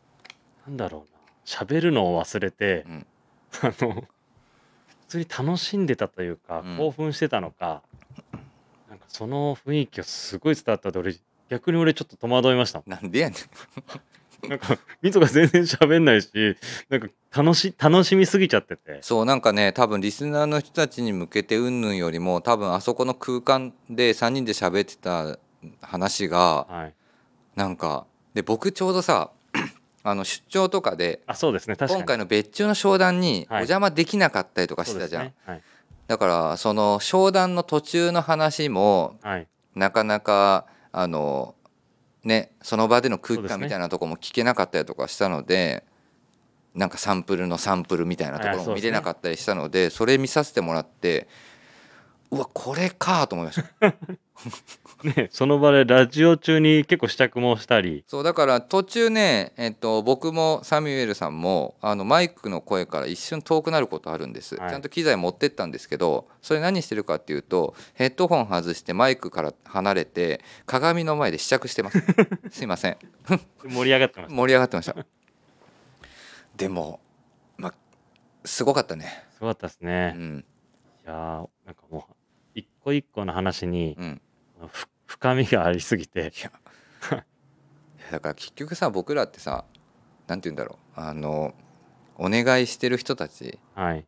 Speaker 2: なんだろうな喋るのを忘れて、
Speaker 1: うん
Speaker 2: あの普通に楽しんでたというか、
Speaker 1: うん
Speaker 2: 興奮してたのかなんかその雰囲気がすごい伝わったで俺逆に俺ちょっと戸惑いました
Speaker 1: なんでやねん
Speaker 2: なんかみぞが全然喋んないしなんか楽し楽しみすぎちゃってて
Speaker 1: そうなんかね多分リスナーの人たちに向けて云々よりも多分あそこの空間で3人で喋ってた話が
Speaker 2: はい
Speaker 1: なんかで僕ちょうどさ *clears throat* あの出張とかで
Speaker 2: あそうですね確かに
Speaker 1: 今回の別注の商談にお
Speaker 2: はい
Speaker 1: 邪魔できなかったりとかし
Speaker 2: そうで
Speaker 1: てた
Speaker 2: す
Speaker 1: じゃん、
Speaker 2: ねはい
Speaker 1: だからその商談の途中の話も
Speaker 2: はい
Speaker 1: なかなかあのねその場での空
Speaker 2: そう
Speaker 1: 気
Speaker 2: です
Speaker 1: 感
Speaker 2: ね
Speaker 1: みたいなとこも聞けなかったりとかしたのでなんかサンプルのサンプルみたいなところ
Speaker 2: あそう
Speaker 1: も
Speaker 2: で
Speaker 1: 見
Speaker 2: すね
Speaker 1: れなかったりしたのでそれ見させてもらってうわこれかと思いました
Speaker 2: ねその場でラジオ中に結構試着もしたり
Speaker 1: そうだから途中ね、えっと、僕もサミュエルさんもあのマイクの声から一瞬遠くなることあるんです、
Speaker 2: はい
Speaker 1: ちゃんと機材持ってったんですけどそれ何してるかっていうとヘッドホン外してマイクから離れて鏡の前で試着し
Speaker 2: *laughs*
Speaker 1: てますすいません
Speaker 2: 盛り上がってました
Speaker 1: 盛り上がってましたでもまあすごかったね
Speaker 2: すごかったですね
Speaker 1: う、ん
Speaker 2: いやーなんかもう一個一個の話に
Speaker 1: うん
Speaker 2: ふ深みがありすぎて *laughs*
Speaker 1: いやいやだから結局さ僕らってさなんて言うんだろうあのお願いしてる人たち
Speaker 2: はい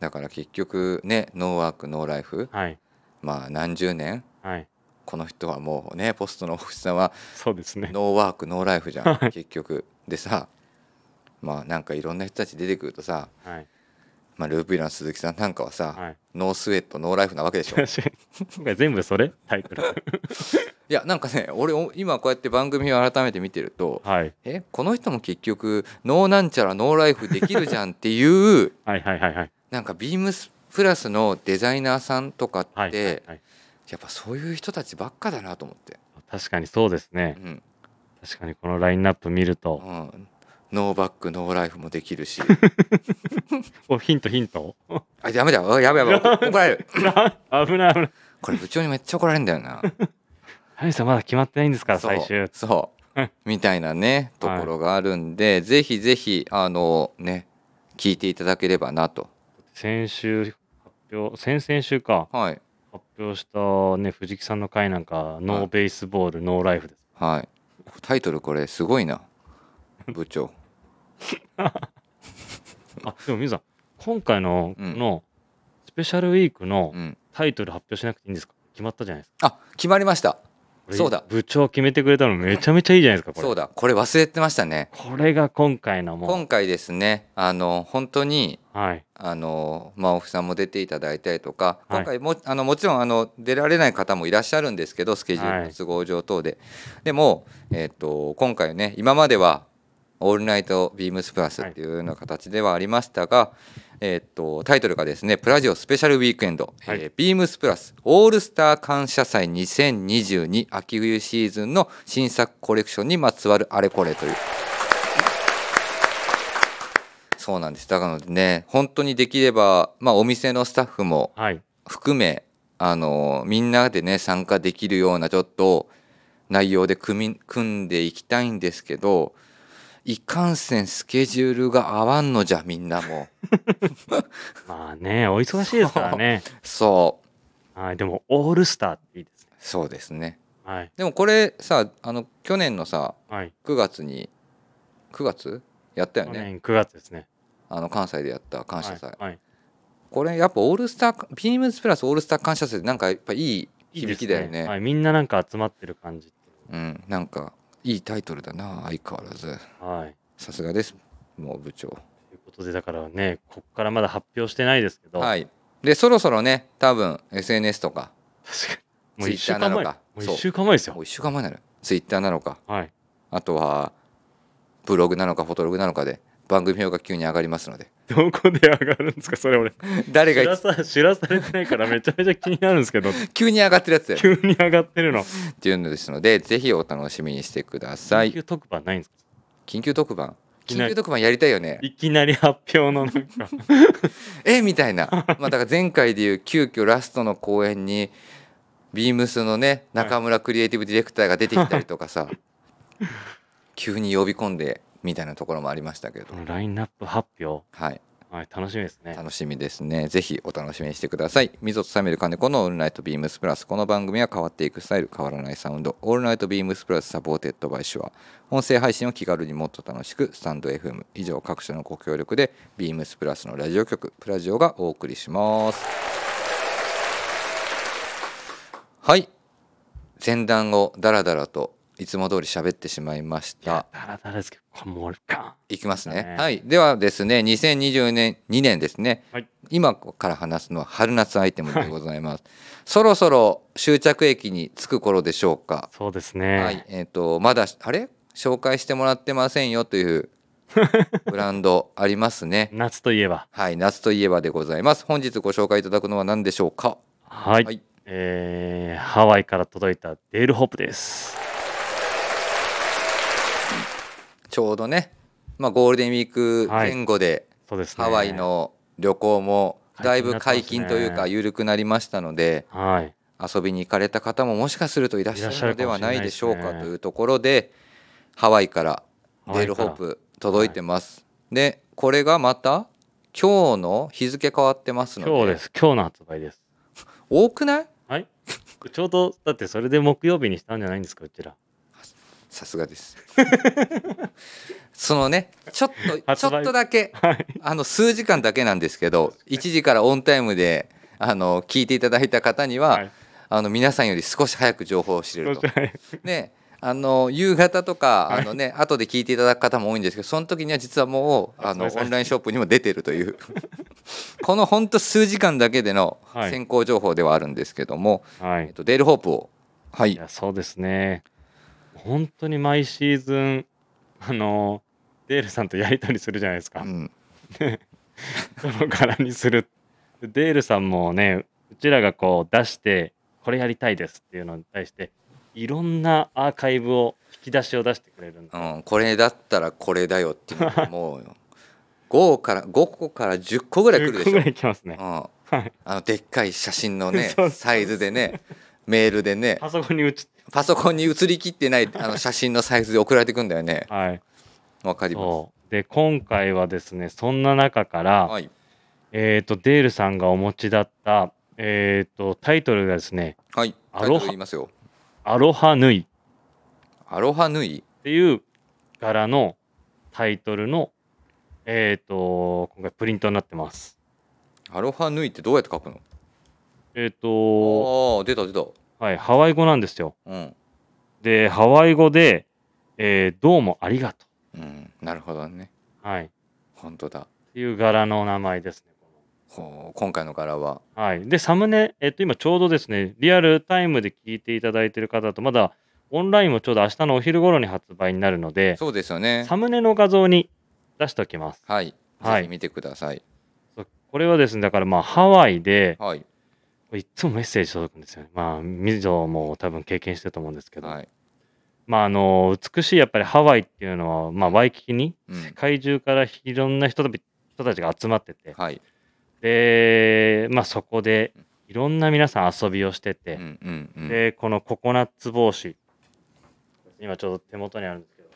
Speaker 1: だから結局ねノーワークノーライフ
Speaker 2: はい
Speaker 1: まあ何十年
Speaker 2: はい
Speaker 1: この人はもうねポストの大渕さんは
Speaker 2: そうですね
Speaker 1: ノーワークノーライフじゃん結局でさまあなんかいろんな人たち出てくるとさ、
Speaker 2: はい
Speaker 1: まあ、ループイラの鈴木さんなんかはさ、
Speaker 2: はい
Speaker 1: ノースウェットノーライフなわけで
Speaker 2: *laughs*
Speaker 1: しょ
Speaker 2: 確かに今回全部それタイトル
Speaker 1: いやなんかね俺お今こうやって番組を改めて見てると
Speaker 2: はい
Speaker 1: えこの人も結局ノーなんちゃらノーライフできるじゃんっていう *laughs*
Speaker 2: はいはいはいはい
Speaker 1: なんかビームスプラスのデザイナーさんとかって、
Speaker 2: はいはいはい
Speaker 1: やっぱそういう人たちばっかだなと思って、
Speaker 2: 確かにそうですね
Speaker 1: うん
Speaker 2: 確かにこのラインナップ見る
Speaker 1: う
Speaker 2: と
Speaker 1: ん、ノーバックノーライフもできるし *laughs*
Speaker 2: おヒントヒント *laughs*
Speaker 1: あやめだあやべやべ怒られる
Speaker 2: 危ない危ない
Speaker 1: これ部長にめっちゃ怒られるんだよな
Speaker 2: 谷さんまだ決まってないんですから
Speaker 1: そう
Speaker 2: 最終
Speaker 1: そうみたいなねところがあるんで、ぜひぜひあのね聞いていただければなと
Speaker 2: 先週発表先々週か
Speaker 1: はい
Speaker 2: 発表したね藤木さんの回なんかノーベースボールノーライフです
Speaker 1: はい。タイトルこれすごいな。
Speaker 2: *laughs*
Speaker 1: 部長。
Speaker 2: あでもみずさん今回のこ
Speaker 1: うん
Speaker 2: のスペシャルウィークの
Speaker 1: うん。
Speaker 2: タイトル発表しなくていいんですか決まったじゃないですか
Speaker 1: あ、決まりました。
Speaker 2: これ
Speaker 1: そうだ
Speaker 2: 部長決めてくれたのめちゃめちゃいいじゃないですかこれ
Speaker 1: そうだ。これ忘れてましたね。
Speaker 2: これが今回のも
Speaker 1: 今回ですね、あの本当に。
Speaker 2: うはい
Speaker 1: あのまあ、オフさんも出ていただいたりとか
Speaker 2: はい
Speaker 1: 今回も,、あのもちろんあの出られない方もいらっしゃるんですけどスケジュールの都合上等で、でも、えっと今回ね今までは「オールナイトビームスプラス」っていうような形ではありましたが、えっとタイトルがですね「プラジオスペシャルウィークエンド、
Speaker 2: はい
Speaker 1: えービームスプラスオールスター感謝祭2022秋冬シーズンの新作コレクションにまつわるあれこれ」というそうなんです。だからね、本当にできれば、まあ、お店のスタッフも
Speaker 2: はい
Speaker 1: 含め、あの、みんなでね、参加できるような、ちょっと、内容で組み組んでいきたいんですけど、いかんせんスケジュールが合わんのじゃ、みんな
Speaker 2: *laughs*
Speaker 1: も。
Speaker 2: まあねお忙しいですからね
Speaker 1: そう、
Speaker 2: はいでもオールスターっていいですね
Speaker 1: そうですね。
Speaker 2: はい
Speaker 1: でもこれさ、あの、去年のさ、
Speaker 2: はい
Speaker 1: 9月に、9月やったよ
Speaker 2: 去
Speaker 1: ね。
Speaker 2: 年9月ですね
Speaker 1: あの、関西でやった感謝祭。
Speaker 2: はいはい
Speaker 1: これやっぱオールスタービームズプラスオールスター感謝祭なんかやっぱいい響きだよ
Speaker 2: いい
Speaker 1: ね
Speaker 2: ですはい、みんななんか集まってる感じ。
Speaker 1: うんなんかいいタイトルだな相変わらず
Speaker 2: はい。
Speaker 1: さすがですもう部長
Speaker 2: ということで、だからね、こっからまだ発表してないですけど、
Speaker 1: はいでそろそろね多分 SNS とか
Speaker 2: 確かに。もう一
Speaker 1: Twitter
Speaker 2: 週間
Speaker 1: なの
Speaker 2: 前。
Speaker 1: か
Speaker 2: もう一週間前です
Speaker 1: も
Speaker 2: よ。
Speaker 1: う1週間前になるツイッターなのか
Speaker 2: はい。
Speaker 1: あとはブログなのかフォトログなのかで番組表が急に上がりますの
Speaker 2: *laughs*
Speaker 1: で
Speaker 2: どこで上がるんですか、それ俺。
Speaker 1: 誰
Speaker 2: 知ら
Speaker 1: が
Speaker 2: さ *laughs* 知らされてないからめちゃめちゃ気になるんです
Speaker 1: *laughs*
Speaker 2: けど、
Speaker 1: 急に上がってるやつだよ
Speaker 2: 急に上がってるの。
Speaker 1: っていうのですのでぜひお楽しみにしてくださ
Speaker 2: 緊
Speaker 1: い
Speaker 2: 急特番ないんですか
Speaker 1: 緊急特番
Speaker 2: いきな
Speaker 1: 緊
Speaker 2: り
Speaker 1: 急特番やりたいよね
Speaker 2: いきなり発表のなんか、
Speaker 1: えみたいなまあだから前回でいう急遽ラストの公演にビームスのね
Speaker 2: はい
Speaker 1: 中村クリエイティブディレクターが出てきたりとかさ急に呼び込んでみたいなところもありましたけど、
Speaker 2: ラインナップ発表、
Speaker 1: はい、
Speaker 2: はい、楽しみですね。
Speaker 1: 楽しみですねぜひお楽しみにしてください溝とサメル金子のオールナイトビームスプラスこの番組は変わっていくスタイル変わらないサウンドオールナイトビームスプラスサポーテッドバイシュア音声配信を気軽にもっと楽しくスタンド FM 以上各社のご協力でビームスプラスのラジオ局プラジオがお送りしますはい前段をダラダラといつも通り喋ってしまいまし
Speaker 2: いや
Speaker 1: た、
Speaker 2: だらだらですけど、これもう俺か。
Speaker 1: いきますね。
Speaker 2: ね
Speaker 1: はい。ではですね、2020年、2年ですね。
Speaker 2: はい
Speaker 1: 今から話すのは春夏アイテムでございます。そろそろ終着駅に着く頃でしょうか。
Speaker 2: そうですね。
Speaker 1: はい。えっ、と、まだ、あれ紹介してもらってませんよという *laughs* ブランドありますね。
Speaker 2: 夏といえば、
Speaker 1: はい。夏といえばでございます。本日ご紹介いただくのは何でしょうか。
Speaker 2: はい、
Speaker 1: はい
Speaker 2: えーハワイから届いたデールホープです。
Speaker 1: ちょうどね、まあ、ゴールデンウィーク前後で、
Speaker 2: そうですね。
Speaker 1: ハワイ。の旅行もだいぶ解禁というか
Speaker 2: 解
Speaker 1: 緩くなりましたので、
Speaker 2: はい。
Speaker 1: 遊びに行かれた方ももしかするといらっしゃるのではい
Speaker 2: らっしゃるかもし
Speaker 1: な
Speaker 2: れない
Speaker 1: いでしょうか
Speaker 2: ですね
Speaker 1: というところでハワイから
Speaker 2: ハ
Speaker 1: デ
Speaker 2: ワ
Speaker 1: ー
Speaker 2: イか
Speaker 1: ル
Speaker 2: ら
Speaker 1: ホープ届いてます。でこれがまた今日の日付変わってますので
Speaker 2: 今日です。今日の発売です。
Speaker 1: 多くない
Speaker 2: はい。 *laughs* ちょうど、だってそれで木曜日にしたんじゃないんですか、うちら。
Speaker 1: さすがです
Speaker 2: *laughs*
Speaker 1: そのねちょっと
Speaker 2: 発
Speaker 1: ちょ
Speaker 2: 売
Speaker 1: っとだけ
Speaker 2: はい。
Speaker 1: あの数時間だけなんですけど1時からオンタイムであの聞いていただいた方には、
Speaker 2: はい。
Speaker 1: あの皆さんより少し早く情報を知れ
Speaker 2: そう
Speaker 1: る
Speaker 2: じ
Speaker 1: と
Speaker 2: ゃない
Speaker 1: ね、あの夕方とか、
Speaker 2: はい
Speaker 1: あのね後で聞いていただく方も多いんですけどその時には実はもうあの
Speaker 2: 発売さ
Speaker 1: オ
Speaker 2: れて
Speaker 1: ンラインショップにも出てるという *laughs* このほんと数時間だけでの
Speaker 2: はい
Speaker 1: 先行情報ではあるんですけども、
Speaker 2: は
Speaker 1: えっ
Speaker 2: い。
Speaker 1: と、デールホープをはいい
Speaker 2: や、そうですね。本当に毎シーズン、あの、デールさんとやりとりするじゃないですか。
Speaker 1: うん
Speaker 2: その柄にする。デールさんもね、うちらがこう出して、これやりたいですっていうのに対して、いろんなアーカイブを、引き出しを出してくれるんで、
Speaker 1: うん、これだったらこれだよっていうのがもう *laughs* 5, から5個から10個ぐらい来るでし
Speaker 2: ぐ
Speaker 1: ょ、う
Speaker 2: らい来ますね。
Speaker 1: ん、
Speaker 2: はい。
Speaker 1: あのでっかい写真のね
Speaker 2: *laughs* そうそう
Speaker 1: サイズでねメールでね
Speaker 2: パソコンに打ち、
Speaker 1: パソコンに写りきってないあの写真のサイズで送られてくんだよね
Speaker 2: はい。
Speaker 1: わかります
Speaker 2: そう。で、今回はですね、そんな中から、
Speaker 1: はい
Speaker 2: えっ、と、デールさんがお持ちだった、えっ、と、タイトルがですね、
Speaker 1: はい。
Speaker 2: ア
Speaker 1: タイ
Speaker 2: ロ
Speaker 1: トル
Speaker 2: ハ
Speaker 1: 言いますよ。
Speaker 2: アロハヌイっ
Speaker 1: アロハヌイ。
Speaker 2: ていう柄のタイトルの、えっ、と、今回プリントになってます。
Speaker 1: アロハヌイってどうやって書くの？
Speaker 2: えっ、と、
Speaker 1: ああー出た出た。
Speaker 2: はい、ハワイ語なんですよ。
Speaker 1: うん。
Speaker 2: で、ハワイ語で、えーどうもありがと
Speaker 1: うん。なるほどね。
Speaker 2: う。はい。っ
Speaker 1: 本当だ。
Speaker 2: ていう柄の名前ですね。
Speaker 1: ほう今回の柄は。
Speaker 2: はい。で、サムネ、えっと、今ちょうどですね、リアルタイムで聞いていただいている方だと、まだオンラインもちょうど明日のお昼頃に発売になるので、
Speaker 1: そうですよね
Speaker 2: サ。ムネの画像に出しておきます。
Speaker 1: はい。
Speaker 2: はい
Speaker 1: ぜひ見てください。
Speaker 2: そうこれはですね、だからまあ、ハワイで、
Speaker 1: はい。
Speaker 2: これいつもメッセージ届くんですよね。まあ、みぞも多分経験してると思うんですけど、
Speaker 1: はい。
Speaker 2: まあ、あの、美しいやっぱりハワイっていうのは、まあ、ワイキキに、
Speaker 1: うん
Speaker 2: 世界中からいろんな人たち人たちが集まってて、
Speaker 1: はい。
Speaker 2: で、まあ、そこで、いろんな皆さん遊びをしてて、
Speaker 1: うんうんうん。
Speaker 2: でこのココナッツ帽子今ちょうど手元にあるんですけど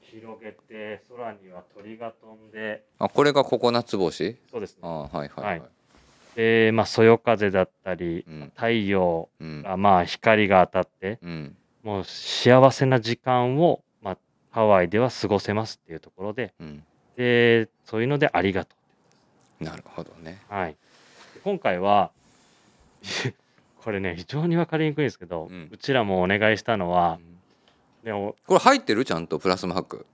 Speaker 2: 広げて空には鳥が飛んで
Speaker 1: あこれがココナッツ帽子？
Speaker 2: そうですね
Speaker 1: あーはいはいは
Speaker 2: はい
Speaker 1: い。
Speaker 2: でまあそよ風だったり
Speaker 1: うん
Speaker 2: 太陽
Speaker 1: うん
Speaker 2: がまあ光が当たって
Speaker 1: うん
Speaker 2: もう幸せな時間を、まあ、ハワイでは過ごせますっていうところで
Speaker 1: うん。
Speaker 2: でそういうのでありがとう
Speaker 1: なるほどね。
Speaker 2: はい、今回は *laughs* これね非常に分かりにくいんですけど、
Speaker 1: う
Speaker 2: うんちらもお願いしたのはでも
Speaker 1: これ入ってるちゃんとプラスマーク。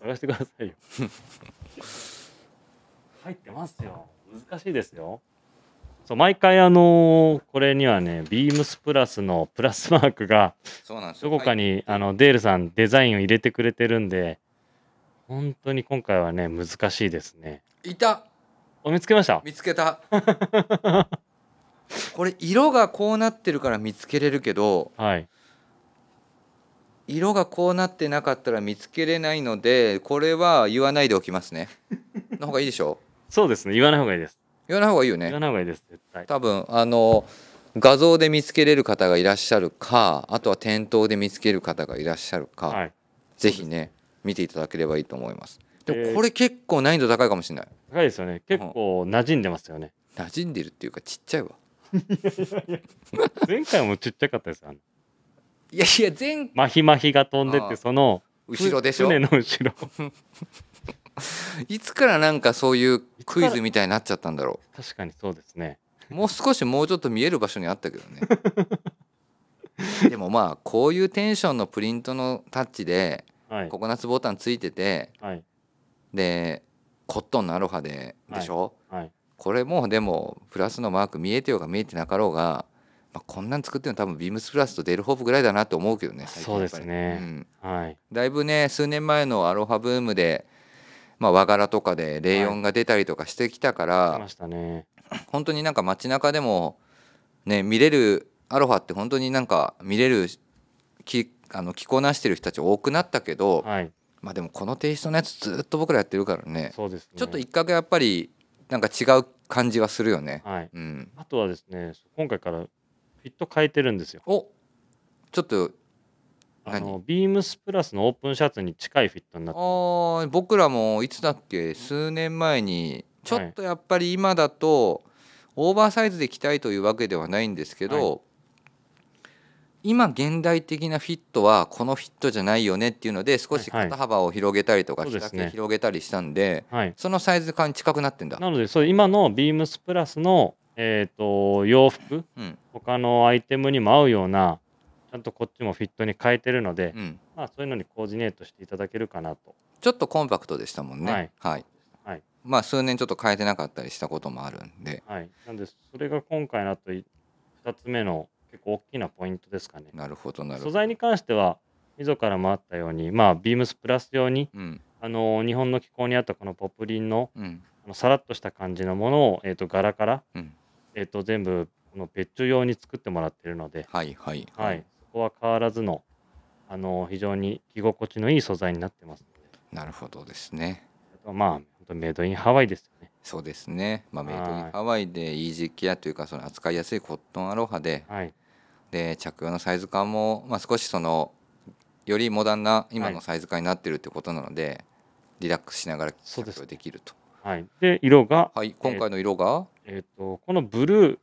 Speaker 2: 探してくださ
Speaker 1: *laughs*
Speaker 2: いよ入ってますよ難しいですよそう毎回あのーこれにはねビームスプラスのプラスマークが
Speaker 1: そうなんですよ。
Speaker 2: どこか
Speaker 1: 入っ
Speaker 2: に、あのデールさんデザインを入れてくれてるんで本当に今回はね難しいですね
Speaker 1: いた
Speaker 2: お見つけました
Speaker 1: 見つけた。 *laughs* これ色がこうなってるから見つけれるけど
Speaker 2: はい
Speaker 1: 色がこうなってなかったら見つけれないのでこれは言わないでおきますね。の方がいいでしょ
Speaker 2: そうですね言わない方がいいです
Speaker 1: 言わない方がいいよ
Speaker 2: 言わ
Speaker 1: ね。
Speaker 2: ない方がいいです絶対
Speaker 1: 多分あの画像で見つけれる方がいらっしゃるかあとは店頭で見つける方がいらっしゃるか、
Speaker 2: はい
Speaker 1: ぜひね見ていただければいいと思います。で
Speaker 2: え
Speaker 1: も
Speaker 2: ー
Speaker 1: これ結構難易度高いかもしれない。
Speaker 2: 高いですよね結構馴染んでますよね
Speaker 1: 馴染んでるっていうかちっちゃいわ。
Speaker 2: 前回もちっちゃかったですよあの
Speaker 1: いやいや前
Speaker 2: マヒマヒが飛んでっ
Speaker 1: ああ
Speaker 2: てその
Speaker 1: 後ろでしょ
Speaker 2: 船の後ろ
Speaker 1: いつからなんかそういうクイズみたいになっちゃったんだろ
Speaker 2: 確かにそうですね
Speaker 1: うもう少しもうちょっと見える場所にあったけどねでもまあこういうテンションのプリントのタッチで
Speaker 2: はい
Speaker 1: ココナッツボタンついてて
Speaker 2: はい
Speaker 1: でコットンのアロハででしょ、
Speaker 2: はい
Speaker 1: これもうでもプラスのマーク見えてようが見えてなかろうが、まあ、こんなん作ってるの多分ビームスプラスとデルホープぐらいだなと思うけどね最近やっぱり
Speaker 2: そうですね
Speaker 1: ん
Speaker 2: はい
Speaker 1: だいぶね数年前のアロハブームで、まあ、和柄とかでレイヨンが出たりとかしてきたから、
Speaker 2: 来ましたね
Speaker 1: 本当になんか街中でもね見れるアロハって本当になんか見れるきあの着こなしてる人たち多くなったけど、
Speaker 2: はい
Speaker 1: まあでもこのテイストのやつずっと僕らやってるからね
Speaker 2: そうですね
Speaker 1: ちょっと一角やっぱりなんか違う感じはするよね。
Speaker 2: はい
Speaker 1: うん、
Speaker 2: あとはですね今回からフィット変えてるんですよ
Speaker 1: おちょっと
Speaker 2: あのビームスプラスのオープンシャツに近いフィットにな
Speaker 1: あ
Speaker 2: って
Speaker 1: ー僕らもいつだっけ数年前にちょっとやっぱり今だとオーバーサイズで着たいというわけではないんですけど、今現代的なフィットはこのフィットじゃないよねっていうので少し
Speaker 2: はいはい
Speaker 1: 肩幅を広げたりとか
Speaker 2: そう
Speaker 1: ひ
Speaker 2: です
Speaker 1: だ
Speaker 2: ね
Speaker 1: け広げたりしたんで
Speaker 2: はい
Speaker 1: そのサイズ感に近くなってんだ。
Speaker 2: なのでそう今のビームスプラスのえっ、と洋服
Speaker 1: うん
Speaker 2: 他のアイテムにも合うようなちゃんとこっちもフィットに変えてるので、
Speaker 1: うん、
Speaker 2: まあそういうのにコーディネートしていただけるかなと
Speaker 1: ちょっとコンパクトでしたもんね。
Speaker 2: はい
Speaker 1: はい
Speaker 2: はい
Speaker 1: まあ数年ちょっと変えてなかったりしたこともあるんで
Speaker 2: はいなんでそれが今回のあと2つ目の結構大きなポイントですかね
Speaker 1: なるほどなるほ
Speaker 2: 素
Speaker 1: ど。
Speaker 2: 材に関しては溝からもあったようにまあビームスプラス用に
Speaker 1: うん
Speaker 2: あの日本の気候に合ったこのポプリンの
Speaker 1: うん
Speaker 2: あのさらっとした感じのものを、えー、と柄から、
Speaker 1: うん、
Speaker 2: えー、と全部この別注用に作ってもらってるので、
Speaker 1: はいはい
Speaker 2: はい、そこは変わらずのあの非常に着心地のいい素材になってますので
Speaker 1: なるほどですね。
Speaker 2: あとまあ本当メイドインハワイですよね。
Speaker 1: そうですね、まあ、メイドイ
Speaker 2: は
Speaker 1: ン
Speaker 2: い
Speaker 1: ハワイでイージーケアというかその扱いやすいコットンアロハで
Speaker 2: はい、
Speaker 1: で着用のサイズ感も、まあ、少しそのよりモダンな今
Speaker 2: は
Speaker 1: の
Speaker 2: い
Speaker 1: サイズ感になってるってことなので、リラックスしながら
Speaker 2: そうです
Speaker 1: 着用できると。
Speaker 2: はい、で色が、
Speaker 1: はい、今回の色が、
Speaker 2: えー、とこのブルー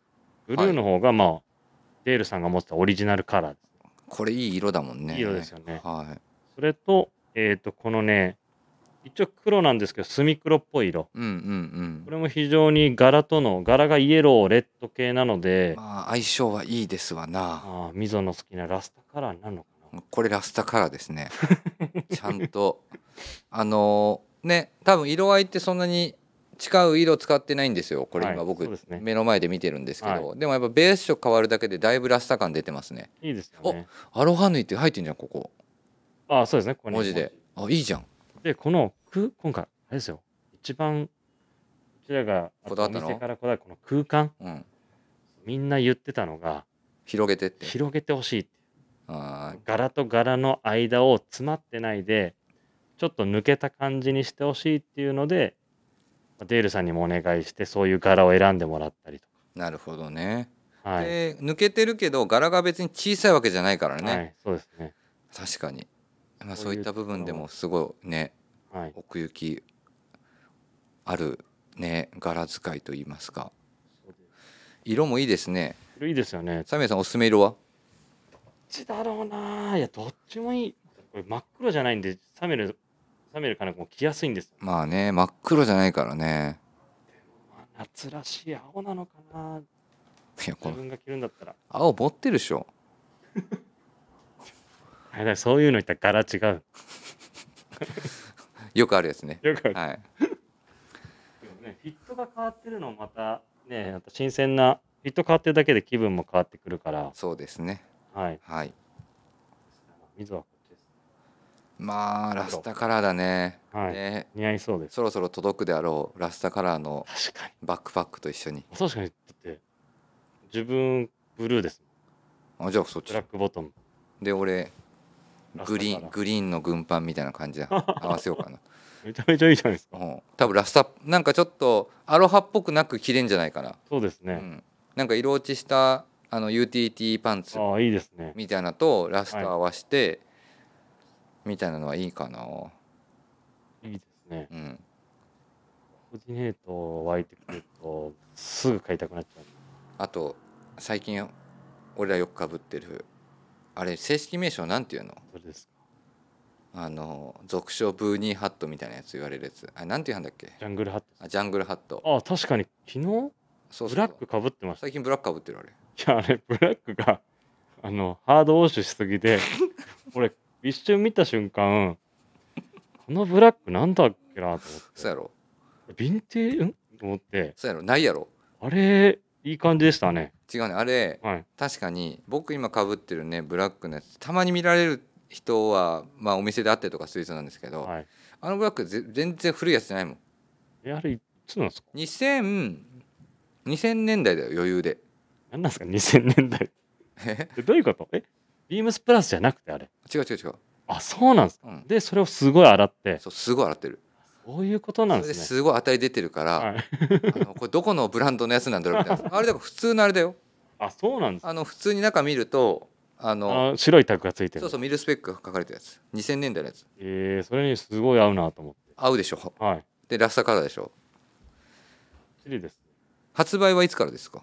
Speaker 2: ブルーの方が、まあデールさんが持ってたオリジナルカラーです
Speaker 1: これいい色だもんね。
Speaker 2: いい色ですよね
Speaker 1: はい
Speaker 2: それと,、えー、とこのね一応黒なんですけど墨黒っぽい色
Speaker 1: うんうん
Speaker 2: こ
Speaker 1: うん
Speaker 2: れも非常に柄との柄がイエローレッド系なので、
Speaker 1: まあ相性はいいですわな
Speaker 2: ああ、ミゾの好きなラスタカラーになるのか
Speaker 1: これラスタカラーですね *laughs* ちゃんとあのーね多分色合いってそんなに近う色使ってないんですよこれ
Speaker 2: は
Speaker 1: 今
Speaker 2: い
Speaker 1: 僕、
Speaker 2: そうですね
Speaker 1: 目の前で見てるんですけど、
Speaker 2: は
Speaker 1: でもやっぱベース色変わるだけでだいぶラスタ感出てますね
Speaker 2: な。いいですよね。
Speaker 1: アロハ抜いて入ってんじゃんここ
Speaker 2: ああ、そうですね。ここに
Speaker 1: 文字で。あいいじゃん
Speaker 2: で、この、く、今回、あれですよ。一番、こちらが、
Speaker 1: こだわったの
Speaker 2: お店からこだわるこの空間、
Speaker 1: うん
Speaker 2: みんな言ってたのが、
Speaker 1: 広げてって
Speaker 2: 広げてほしいって。
Speaker 1: あー
Speaker 2: 柄と柄の間を詰まってないで、ちょっと抜けた感じにしてほしいっていうので、まあデールさんにもお願いして、そういう柄を選んでもらったりと
Speaker 1: なるほどね、
Speaker 2: か。はい。
Speaker 1: で抜けてるけど柄が別に小さいわけじゃないからね、
Speaker 2: はい、そうですね。
Speaker 1: 確かに、まあ、そ
Speaker 2: そうういう
Speaker 1: いった部分でもすごいね
Speaker 2: はい。
Speaker 1: 奥行きあるね柄使いといいますか
Speaker 2: そうです
Speaker 1: 色もいいですね
Speaker 2: これいいですよね。
Speaker 1: サミュエルさんおすすめ色は
Speaker 2: どっちだろうなぁいやどっちもいいこれ真っ黒じゃないんでサメルサメルかなんかも着やすいんですよ
Speaker 1: まあね真っ黒じゃないからね
Speaker 2: 夏らしい青なのかない
Speaker 1: や
Speaker 2: 自
Speaker 1: この
Speaker 2: 分が着るんだったら
Speaker 1: 青持ってるでしょ
Speaker 2: あれだそういうの言ったら柄違う
Speaker 1: よくあるやつね
Speaker 2: よくある
Speaker 1: はい
Speaker 2: でもねフィットが変わってるのまたねまた新鮮なフィット変わってるだけで気分も変わってくるから
Speaker 1: そうですね
Speaker 2: はい
Speaker 1: はい
Speaker 2: 水はこっちです
Speaker 1: まあラスタカラーだね,、
Speaker 2: はい
Speaker 1: ね
Speaker 2: 似合いそうです
Speaker 1: そろそろ届くであろうラスタカラーの
Speaker 2: 確かに
Speaker 1: バックパックと一緒に
Speaker 2: 確かにだって自分ブルーです
Speaker 1: あじゃあそっ
Speaker 2: ブ
Speaker 1: ち
Speaker 2: ラックボトム
Speaker 1: で
Speaker 2: ラスタ
Speaker 1: 俺
Speaker 2: カラー
Speaker 1: グリーングリーンの軍パンみたい
Speaker 2: *laughs*
Speaker 1: な感じで合わせようかな
Speaker 2: めちゃめちゃいいじゃないですか
Speaker 1: うん多分ラスタなんかちょっとアロハっぽくなく着れんじゃないかな、
Speaker 2: そうです
Speaker 1: う
Speaker 2: ね、
Speaker 1: ん、なんか色落ちしたあの UTT パンツ
Speaker 2: ああいいですね
Speaker 1: みたいなとラスタ合わして、みたいなのはいいかな、
Speaker 2: いいですね
Speaker 1: うん、
Speaker 2: コーディネート湧いてくるとすぐ買いたくなっちゃう
Speaker 1: あと最近俺らよくかぶってるあれ正式名称なんていうの
Speaker 2: それですか
Speaker 1: あの俗称ブーニーハットみたいなやつ言われるやつあれなんていうんだっけ
Speaker 2: ジャングルハット
Speaker 1: あジャングルハット
Speaker 2: ああ確かに昨日
Speaker 1: そうそう
Speaker 2: ブラックかぶってました
Speaker 1: 最近ブラックかぶってるあれ
Speaker 2: いやあれブラックがあのハード押収しすぎで俺一瞬見た瞬間このブラックなんだっけなと
Speaker 1: そうや
Speaker 2: 思っ
Speaker 1: ろ
Speaker 2: てヴィンテーんと思って
Speaker 1: そうやろないやろ
Speaker 2: あれいい感じでしたね
Speaker 1: 違うねあれ
Speaker 2: はい
Speaker 1: 確かに僕今かぶってるねブラックのやつたまに見られる人は、まあ、お店であってとかスイーツなんですけど、
Speaker 2: はい
Speaker 1: あのブラックぜ全然古いやつじゃないもん
Speaker 2: えあれいつなんですか
Speaker 1: 2000, 2000年代だよ余裕で *laughs*
Speaker 2: 何なんですか2000年代
Speaker 1: え
Speaker 2: えどういうことえビームスプラスじゃなくてあれ
Speaker 1: 違う違う違う、
Speaker 2: あそうなんですか
Speaker 1: うん、
Speaker 2: でそれをすごい洗って
Speaker 1: そうすごい洗ってる
Speaker 2: そういうことなん
Speaker 1: そ
Speaker 2: で
Speaker 1: れです
Speaker 2: ね
Speaker 1: すごい当たり出てるから、
Speaker 2: はい、
Speaker 1: あのこれどこのブランドのやつなんだろう
Speaker 2: *laughs*
Speaker 1: みたいなあれだから普通のあれだよ
Speaker 2: あそうなんです
Speaker 1: あの普通に中見るとあの
Speaker 2: あ白いタグがついてる
Speaker 1: そうそうミルスペックが書かれてるやつ2000年代のやつ
Speaker 2: えーそれにすごい合うなと思って
Speaker 1: 合うでしょ
Speaker 2: はい
Speaker 1: でラスタカラーでしょ
Speaker 2: チリです
Speaker 1: 発売はいつからですか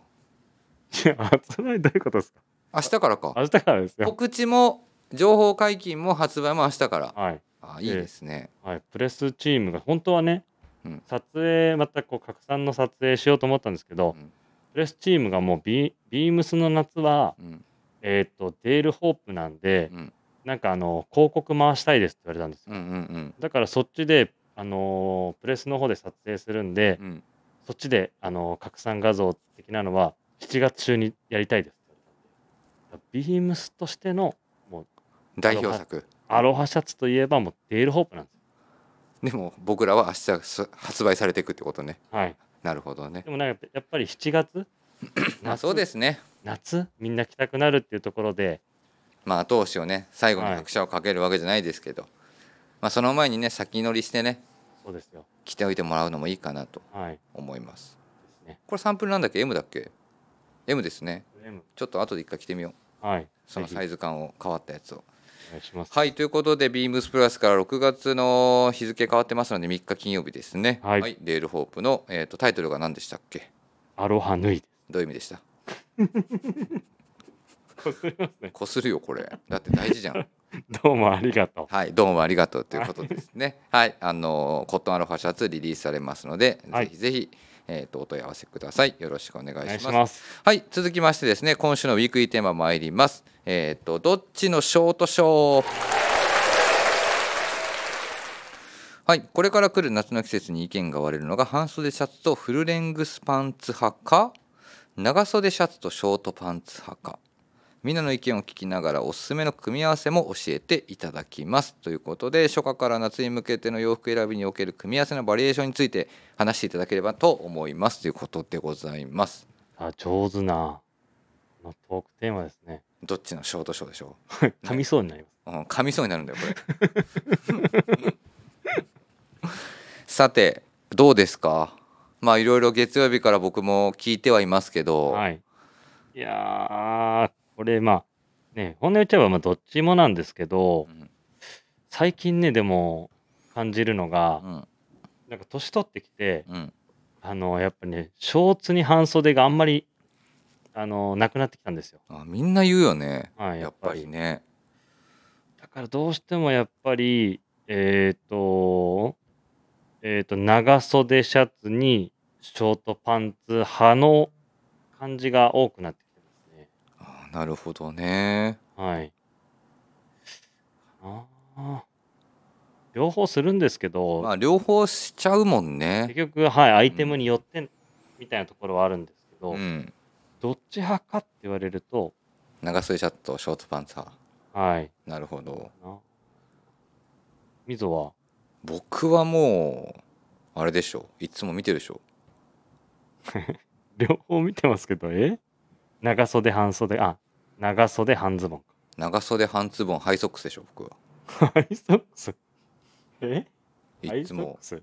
Speaker 2: いや、発売どういうことですか
Speaker 1: 明日からか
Speaker 2: 明日からですよ。
Speaker 1: 告知も情報解禁も発売も明日から
Speaker 2: はい。
Speaker 1: あいいですね、
Speaker 2: はい、プレスチームが、本当はね、
Speaker 1: うん
Speaker 2: 撮影、またこう、拡散の撮影しようと思ったんですけど、
Speaker 1: うん
Speaker 2: プレスチームがもうビ、ビームスの夏は、
Speaker 1: うん
Speaker 2: えっ、と、デールホープなんで、
Speaker 1: うん、
Speaker 2: なんか、あの、広告回したいですって言われたんですよ。
Speaker 1: うんうんうん
Speaker 2: だから、そっちで、あのープレスの方で撮影するんで、
Speaker 1: うん
Speaker 2: そっちで、あのー拡散画像的なのは、7月中にやりたいですって言われたんで。ビームスとしての
Speaker 1: 代表作
Speaker 2: アロハシャツといえば、もう、デールホープなんですよ。
Speaker 1: でも僕らは明日す発売されていくってことね
Speaker 2: はい。
Speaker 1: なるほどね
Speaker 2: でもなんかやっぱり7月
Speaker 1: *coughs* あそうですね
Speaker 2: 夏みんな着たくなるっていうところで
Speaker 1: まあ後押しをね最後に
Speaker 2: はい
Speaker 1: 拍車をかけるわけじゃないですけど、まあ、その前にね先乗りしてね
Speaker 2: そうですよ
Speaker 1: 着ておいてもらうのもいいかなと
Speaker 2: はい
Speaker 1: 思います
Speaker 2: ですね
Speaker 1: これサンプルなんだっけ M だっけ M ですね
Speaker 2: フレーム
Speaker 1: ちょっと後で一回着てみよう
Speaker 2: はい
Speaker 1: その
Speaker 2: ぜひ
Speaker 1: サイズ感を変わったやつを
Speaker 2: お願いします
Speaker 1: はいということで、ビームスプラスから6月の日付変わってますので、3日金曜日ですね、
Speaker 2: はい
Speaker 1: デールホープの、えー、とタイトルが何でしたっけ、
Speaker 2: アロハ脱いで
Speaker 1: どういう意味でした
Speaker 2: こすり
Speaker 1: *laughs*
Speaker 2: ますね
Speaker 1: こするよ、これ、だって大事じゃ
Speaker 2: *laughs*
Speaker 1: ん。
Speaker 2: どうもありがとう
Speaker 1: はい、どうもありがとうということですね。はい、あのーコットンアロハシャツリリースされますので、
Speaker 2: はい
Speaker 1: ぜひぜひ、えー、とお問い合わせください。よろしくお願いし
Speaker 2: お
Speaker 1: ます。
Speaker 2: 願いします
Speaker 1: はい、続きましてですね、今週のウィークリーテーマ参ります。えっ、と、どっちのショートショー。はい、これから来る夏の季節に意見が割れるのが半袖シャツとフルレングスパンツ派か長袖シャツとショートパンツ派かみんなの意見を聞きながらおすすめの組み合わせも教えていただきますということで初夏から夏に向けての洋服選びにおける組み合わせのバリエーションについて話していただければと思いますということでございます
Speaker 2: あ上手なこのトークテーマですね
Speaker 1: どっちのショートショーでしょ
Speaker 2: 噛みそうになります
Speaker 1: う、うん、噛みそうになるんだよこれ *laughs* さてどうですかまあいろいろ月曜日から僕も聞いてはいますけど、
Speaker 2: はいいやーこれまあね本音言っちゃえばまあどっちもなんですけど
Speaker 1: うん
Speaker 2: 最近ねでも感じるのが
Speaker 1: うん
Speaker 2: なんか年取ってきて
Speaker 1: うん
Speaker 2: あのやっぱねショーツに半袖があんまりあのなくなってきたんですよ。
Speaker 1: あみんな言うよね
Speaker 2: はい、
Speaker 1: やっぱりね
Speaker 2: だからどうしてもやっぱりえっ、とえっ、と長袖シャツにショートパンツ派の感じが多くなってきてますね。
Speaker 1: あーなるほどね
Speaker 2: はい。あー両方するんですけど、
Speaker 1: まあ両方しちゃうもん
Speaker 2: 結
Speaker 1: ね
Speaker 2: 局、はい、アイテムによってみたいなところはあるんですけど、
Speaker 1: うん
Speaker 2: どっち派かって言われると、
Speaker 1: 長袖シャツとショートパンツ派
Speaker 2: はい。
Speaker 1: なるほど
Speaker 2: なみぞは、
Speaker 1: 僕はもうあれでしょいつも見てるでしょ
Speaker 2: 両方見てますけど、え長袖、半袖、あ、長袖、半ズボンか。
Speaker 1: 長袖半ズボンハイソックスでしょ僕は
Speaker 2: ハイソックスえ
Speaker 1: いつも
Speaker 2: ハイソックス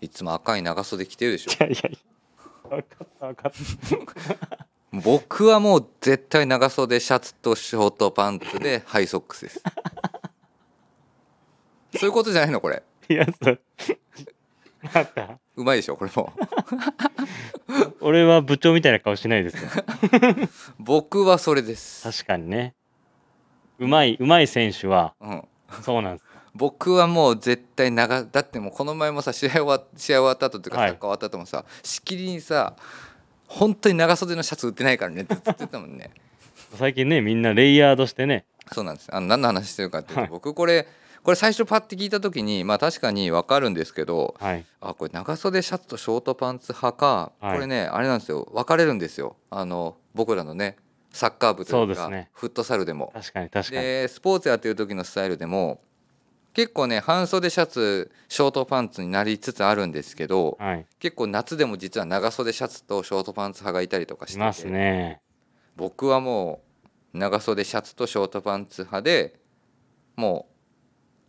Speaker 1: いつも赤い長袖着てるでしょ
Speaker 2: いやいやいや。分かった分かった。
Speaker 1: 僕はもう絶対長袖シャツとショートパンツでハイソックスですそういうことじゃないのこれ
Speaker 2: いや、そう。あった。
Speaker 1: うまいでしょこれも
Speaker 2: 俺は部長みたいな顔しないですよ。
Speaker 1: 僕はそれです、
Speaker 2: 確かにね。うまい、うまい選手は、
Speaker 1: うん、
Speaker 2: そうなんです。
Speaker 1: 僕はもう絶対長だってもうこの前もさ試合終わ試合終わった後というかサ
Speaker 2: はい
Speaker 1: ッカー終わった後もさ、しきりにさ本当に長袖のシャツ売ってないからねってずっと言ってたもんね
Speaker 2: 最近ね、みんなレイヤードしてね。
Speaker 1: そうなんですあの何の話してるかっていうと、
Speaker 2: はい
Speaker 1: 僕これこれ最初パッて聞いた時にまあ確かに分かるんですけど
Speaker 2: はい。
Speaker 1: あこれ長袖シャツとショートパンツ派か、
Speaker 2: はい
Speaker 1: これねあれなんですよ分かれるんですよあの僕らのねサッカー部という
Speaker 2: そ
Speaker 1: か
Speaker 2: うですね
Speaker 1: フットサルでも
Speaker 2: 確かに確かに。
Speaker 1: でスポーツやってる時のスタイルでも結構ね半袖シャツショートパンツになりつつあるんですけど
Speaker 2: はい。
Speaker 1: 結構夏でも実は長袖シャツとショートパンツ派がいたりとか
Speaker 2: い
Speaker 1: して
Speaker 2: ます
Speaker 1: て、
Speaker 2: ね。
Speaker 1: 僕はもう長袖シャツとショートパンツ派でもう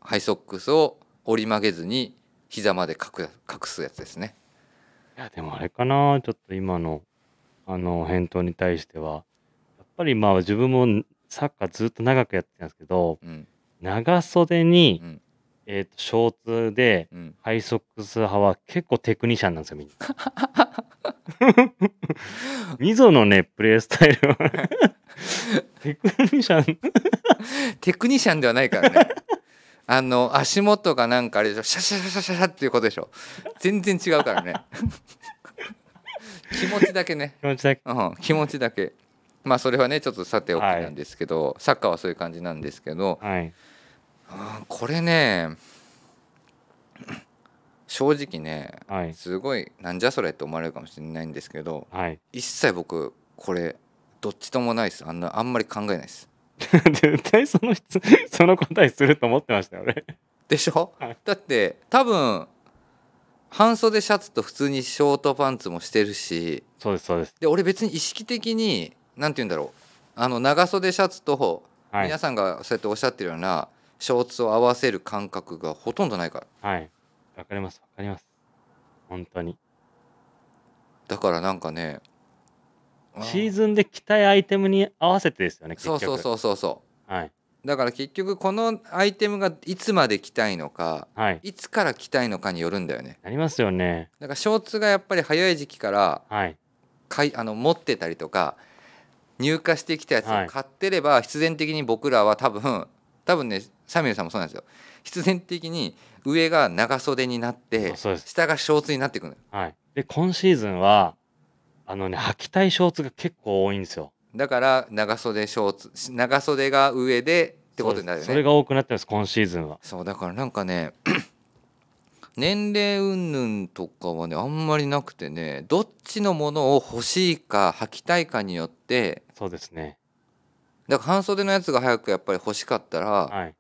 Speaker 1: ハイソックスを折り曲げずに膝まで隠隠すやつですね。
Speaker 2: いや、でもあれかな、ちょっと今の、あの、返答に対しては。やっぱりまあ自分もサッカーずっと長くやってたんですけど、
Speaker 1: うん
Speaker 2: 長袖に、
Speaker 1: うん
Speaker 2: えっ、と、ショーツで、
Speaker 1: うん、
Speaker 2: ハイソックス派は結構テクニシャンなんですよ、みんな。ミゾのね、プレイスタイルはテクニシャン、
Speaker 1: テクニシャンではないからね *laughs* あの足元がなんかあれでしょシャシャシャシャシャシャっていうことでしょ全然違うからね *laughs* 気持ちだけね、
Speaker 2: 気持ちだけ。
Speaker 1: うん、気持ちだけまあそれはねちょっとさておきなんですけど、サッカーはそういう感じなんですけど
Speaker 2: はい。
Speaker 1: あーこれね正直ね
Speaker 2: はい。
Speaker 1: すごいなんじゃそれって思われるかもしれないんですけど
Speaker 2: はい。 *laughs*
Speaker 1: 一切僕これどっちともないですあんなあんまり考えないです
Speaker 2: 絶対その質、その答えすると思ってましたよ、俺。
Speaker 1: でしょ、
Speaker 2: はい
Speaker 1: だって多分半袖シャツと普通にショートパンツもしてるし
Speaker 2: そうです、そうです。
Speaker 1: で俺別に意識的に何て言うんだろうあの長袖シャツと
Speaker 2: はい
Speaker 1: 皆。さんがそうやっておっしゃってるようなショーツを合わせる感覚がほとんどないから
Speaker 2: はい。わかります、わかります。本当に。
Speaker 1: だからなんかねあー
Speaker 2: シーズンで着たいアイテムに合わせてですよね、結
Speaker 1: そう
Speaker 2: 局。
Speaker 1: そう
Speaker 2: う
Speaker 1: そうそうそ
Speaker 2: はい。
Speaker 1: うだから結局このアイテムがいつまで着たいのか
Speaker 2: はい。
Speaker 1: いつから着たいのかによるんだよね
Speaker 2: なりますよね。
Speaker 1: だからショーツがやっぱり早い時期から
Speaker 2: はい。
Speaker 1: かいあの持ってたりとか入荷してきたやつ
Speaker 2: はい
Speaker 1: を買ってれば、必然的に僕らは多分多分ねサミュエルさんもそうなんですよ必然的に上が長袖になって
Speaker 2: あそうです
Speaker 1: 下がショーツになってくる
Speaker 2: はい。で、今シーズンは、あのね、履きたいショーツが結構多いんですよ。
Speaker 1: だから長袖ショーツ長袖が上でってことになるよ
Speaker 2: そうですそれ
Speaker 1: ね
Speaker 2: が多くなってます今シーズンは
Speaker 1: そうだからなんかね *clears throat* 年齢云々とかはねあんまりなくてねどっちのものを欲しいか履きたいかによって
Speaker 2: そうですね
Speaker 1: だから半袖のやつが早くやっぱり欲しかったら、
Speaker 2: はい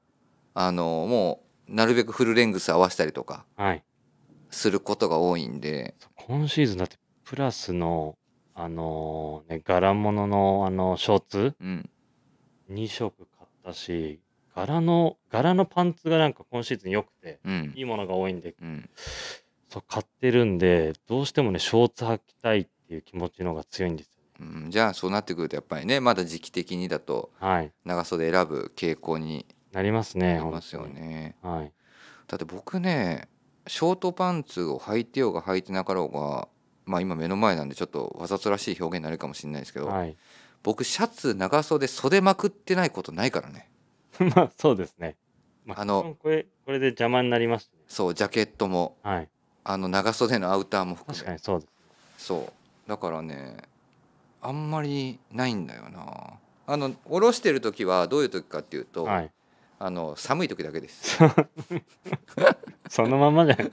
Speaker 1: あのもうなるべくフルレングス合わせたりとか
Speaker 2: はい
Speaker 1: することが多いんで
Speaker 2: そう今シーズンだってプラスのあのーね柄物のあのショーツ
Speaker 1: うん
Speaker 2: 2色買ったし柄の柄のパンツがなんか今シーズン良くて
Speaker 1: うん
Speaker 2: いいものが多いんで
Speaker 1: うん
Speaker 2: そう買ってるんでどうしてもねショーツ履きたいっていう気持ちの方が強いんですよね
Speaker 1: うんじゃあそうなってくるとやっぱりねまだ時期的にだと
Speaker 2: はい
Speaker 1: 長袖選ぶ傾向に
Speaker 2: なります
Speaker 1: な
Speaker 2: ね
Speaker 1: りますよね
Speaker 2: 本当にはい
Speaker 1: だって僕ねショートパンツを履いてようが履いてなかろうがまあ今目の前なんでちょっとわざとらしい表現になるかもしれないですけど、
Speaker 2: はい *laughs*
Speaker 1: 僕シャツ長袖袖まくってないことないからね
Speaker 2: まあそうですねま
Speaker 1: あの
Speaker 2: 基本これこれで邪魔になりますね
Speaker 1: そうジャケットも
Speaker 2: はい
Speaker 1: あの長袖のアウターも含
Speaker 2: 確か
Speaker 1: め
Speaker 2: にそうです。
Speaker 1: そうだからねあんまりないんだよなあの下ろしてる時はどういう時かっていうと、
Speaker 2: はい。
Speaker 1: あの寒い時だけです
Speaker 2: *laughs* そのまんまじゃない。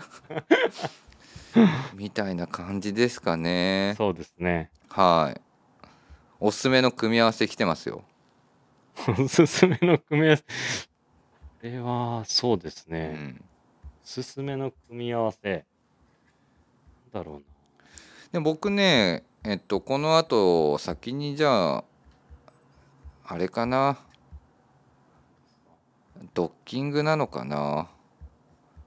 Speaker 1: みたいな感じですかね
Speaker 2: そうですね。
Speaker 1: はいおすすめの組み合わせ来てますよ
Speaker 2: おすすめの組み合わせ。これは、そうです
Speaker 1: う
Speaker 2: ね。
Speaker 1: ん
Speaker 2: おすすめの組み合わせ。なんだろうな。
Speaker 1: で僕ねえっとこのあと先にじゃああれかなドッキングなのかな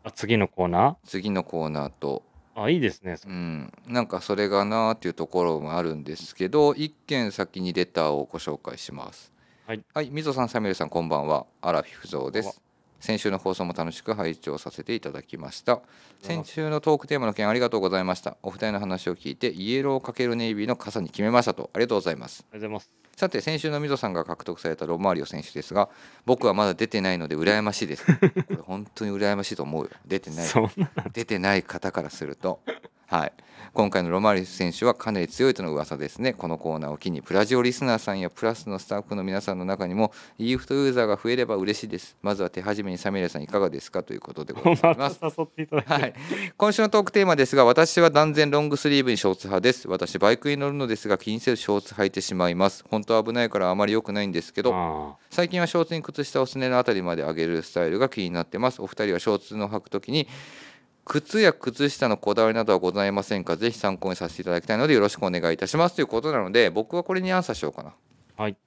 Speaker 2: あ、次のコーナ
Speaker 1: 次のコーナーと
Speaker 2: ーあ、いいですね。
Speaker 1: うん、なんかそれがなーっていうところもあるんですけど一件先にレターをご紹介します
Speaker 2: はい、
Speaker 1: みぞさんサミュエルさんこんばんはアラフィフゾウで
Speaker 2: こんばん
Speaker 1: す先週の放送も楽しく拝聴させていただきました先週のトークテーマの件ありがとうございましたお二人の話を聞いてイエロー×ネイビーの傘に決めましたとありがとうございます
Speaker 2: ありがとうございます。
Speaker 1: さて先週のみぞさんが獲得されたロマリオ選手ですが僕はまだ出てないので羨まし
Speaker 2: *laughs*
Speaker 1: いですこれ本当に羨ましいと思うよ出てない
Speaker 2: そんな、
Speaker 1: 出てない方からすると、はい、今回のロマリス選手はかなり強いとの噂ですねこのコーナーを機にプラジオリスナーさんやプラスのスタッフの皆さんの中にも e フトユーザーが増えれば嬉しいですまずは手始めにサミレさんいかがですかということでござい
Speaker 2: ま
Speaker 1: ま
Speaker 2: た
Speaker 1: す
Speaker 2: 誘っていただいて。
Speaker 1: はい、今週のトークテーマですが私は断然ロングスリーブにショーツ派です私バイクに乗るのですが気にせずショーツ履いてしまいます本当は危ないからあまり良くないんですけど
Speaker 2: あ
Speaker 1: 最近はショーツに靴下をすねのあたりまで上げるスタイルが気になってますお二人はショーツの履くときに靴や靴下のこだわりなどはございませんかぜひ参考にさせていただきたいのでよろしくお願いいたしますということなので僕はこれにアンサーしようかな
Speaker 2: あ。はい。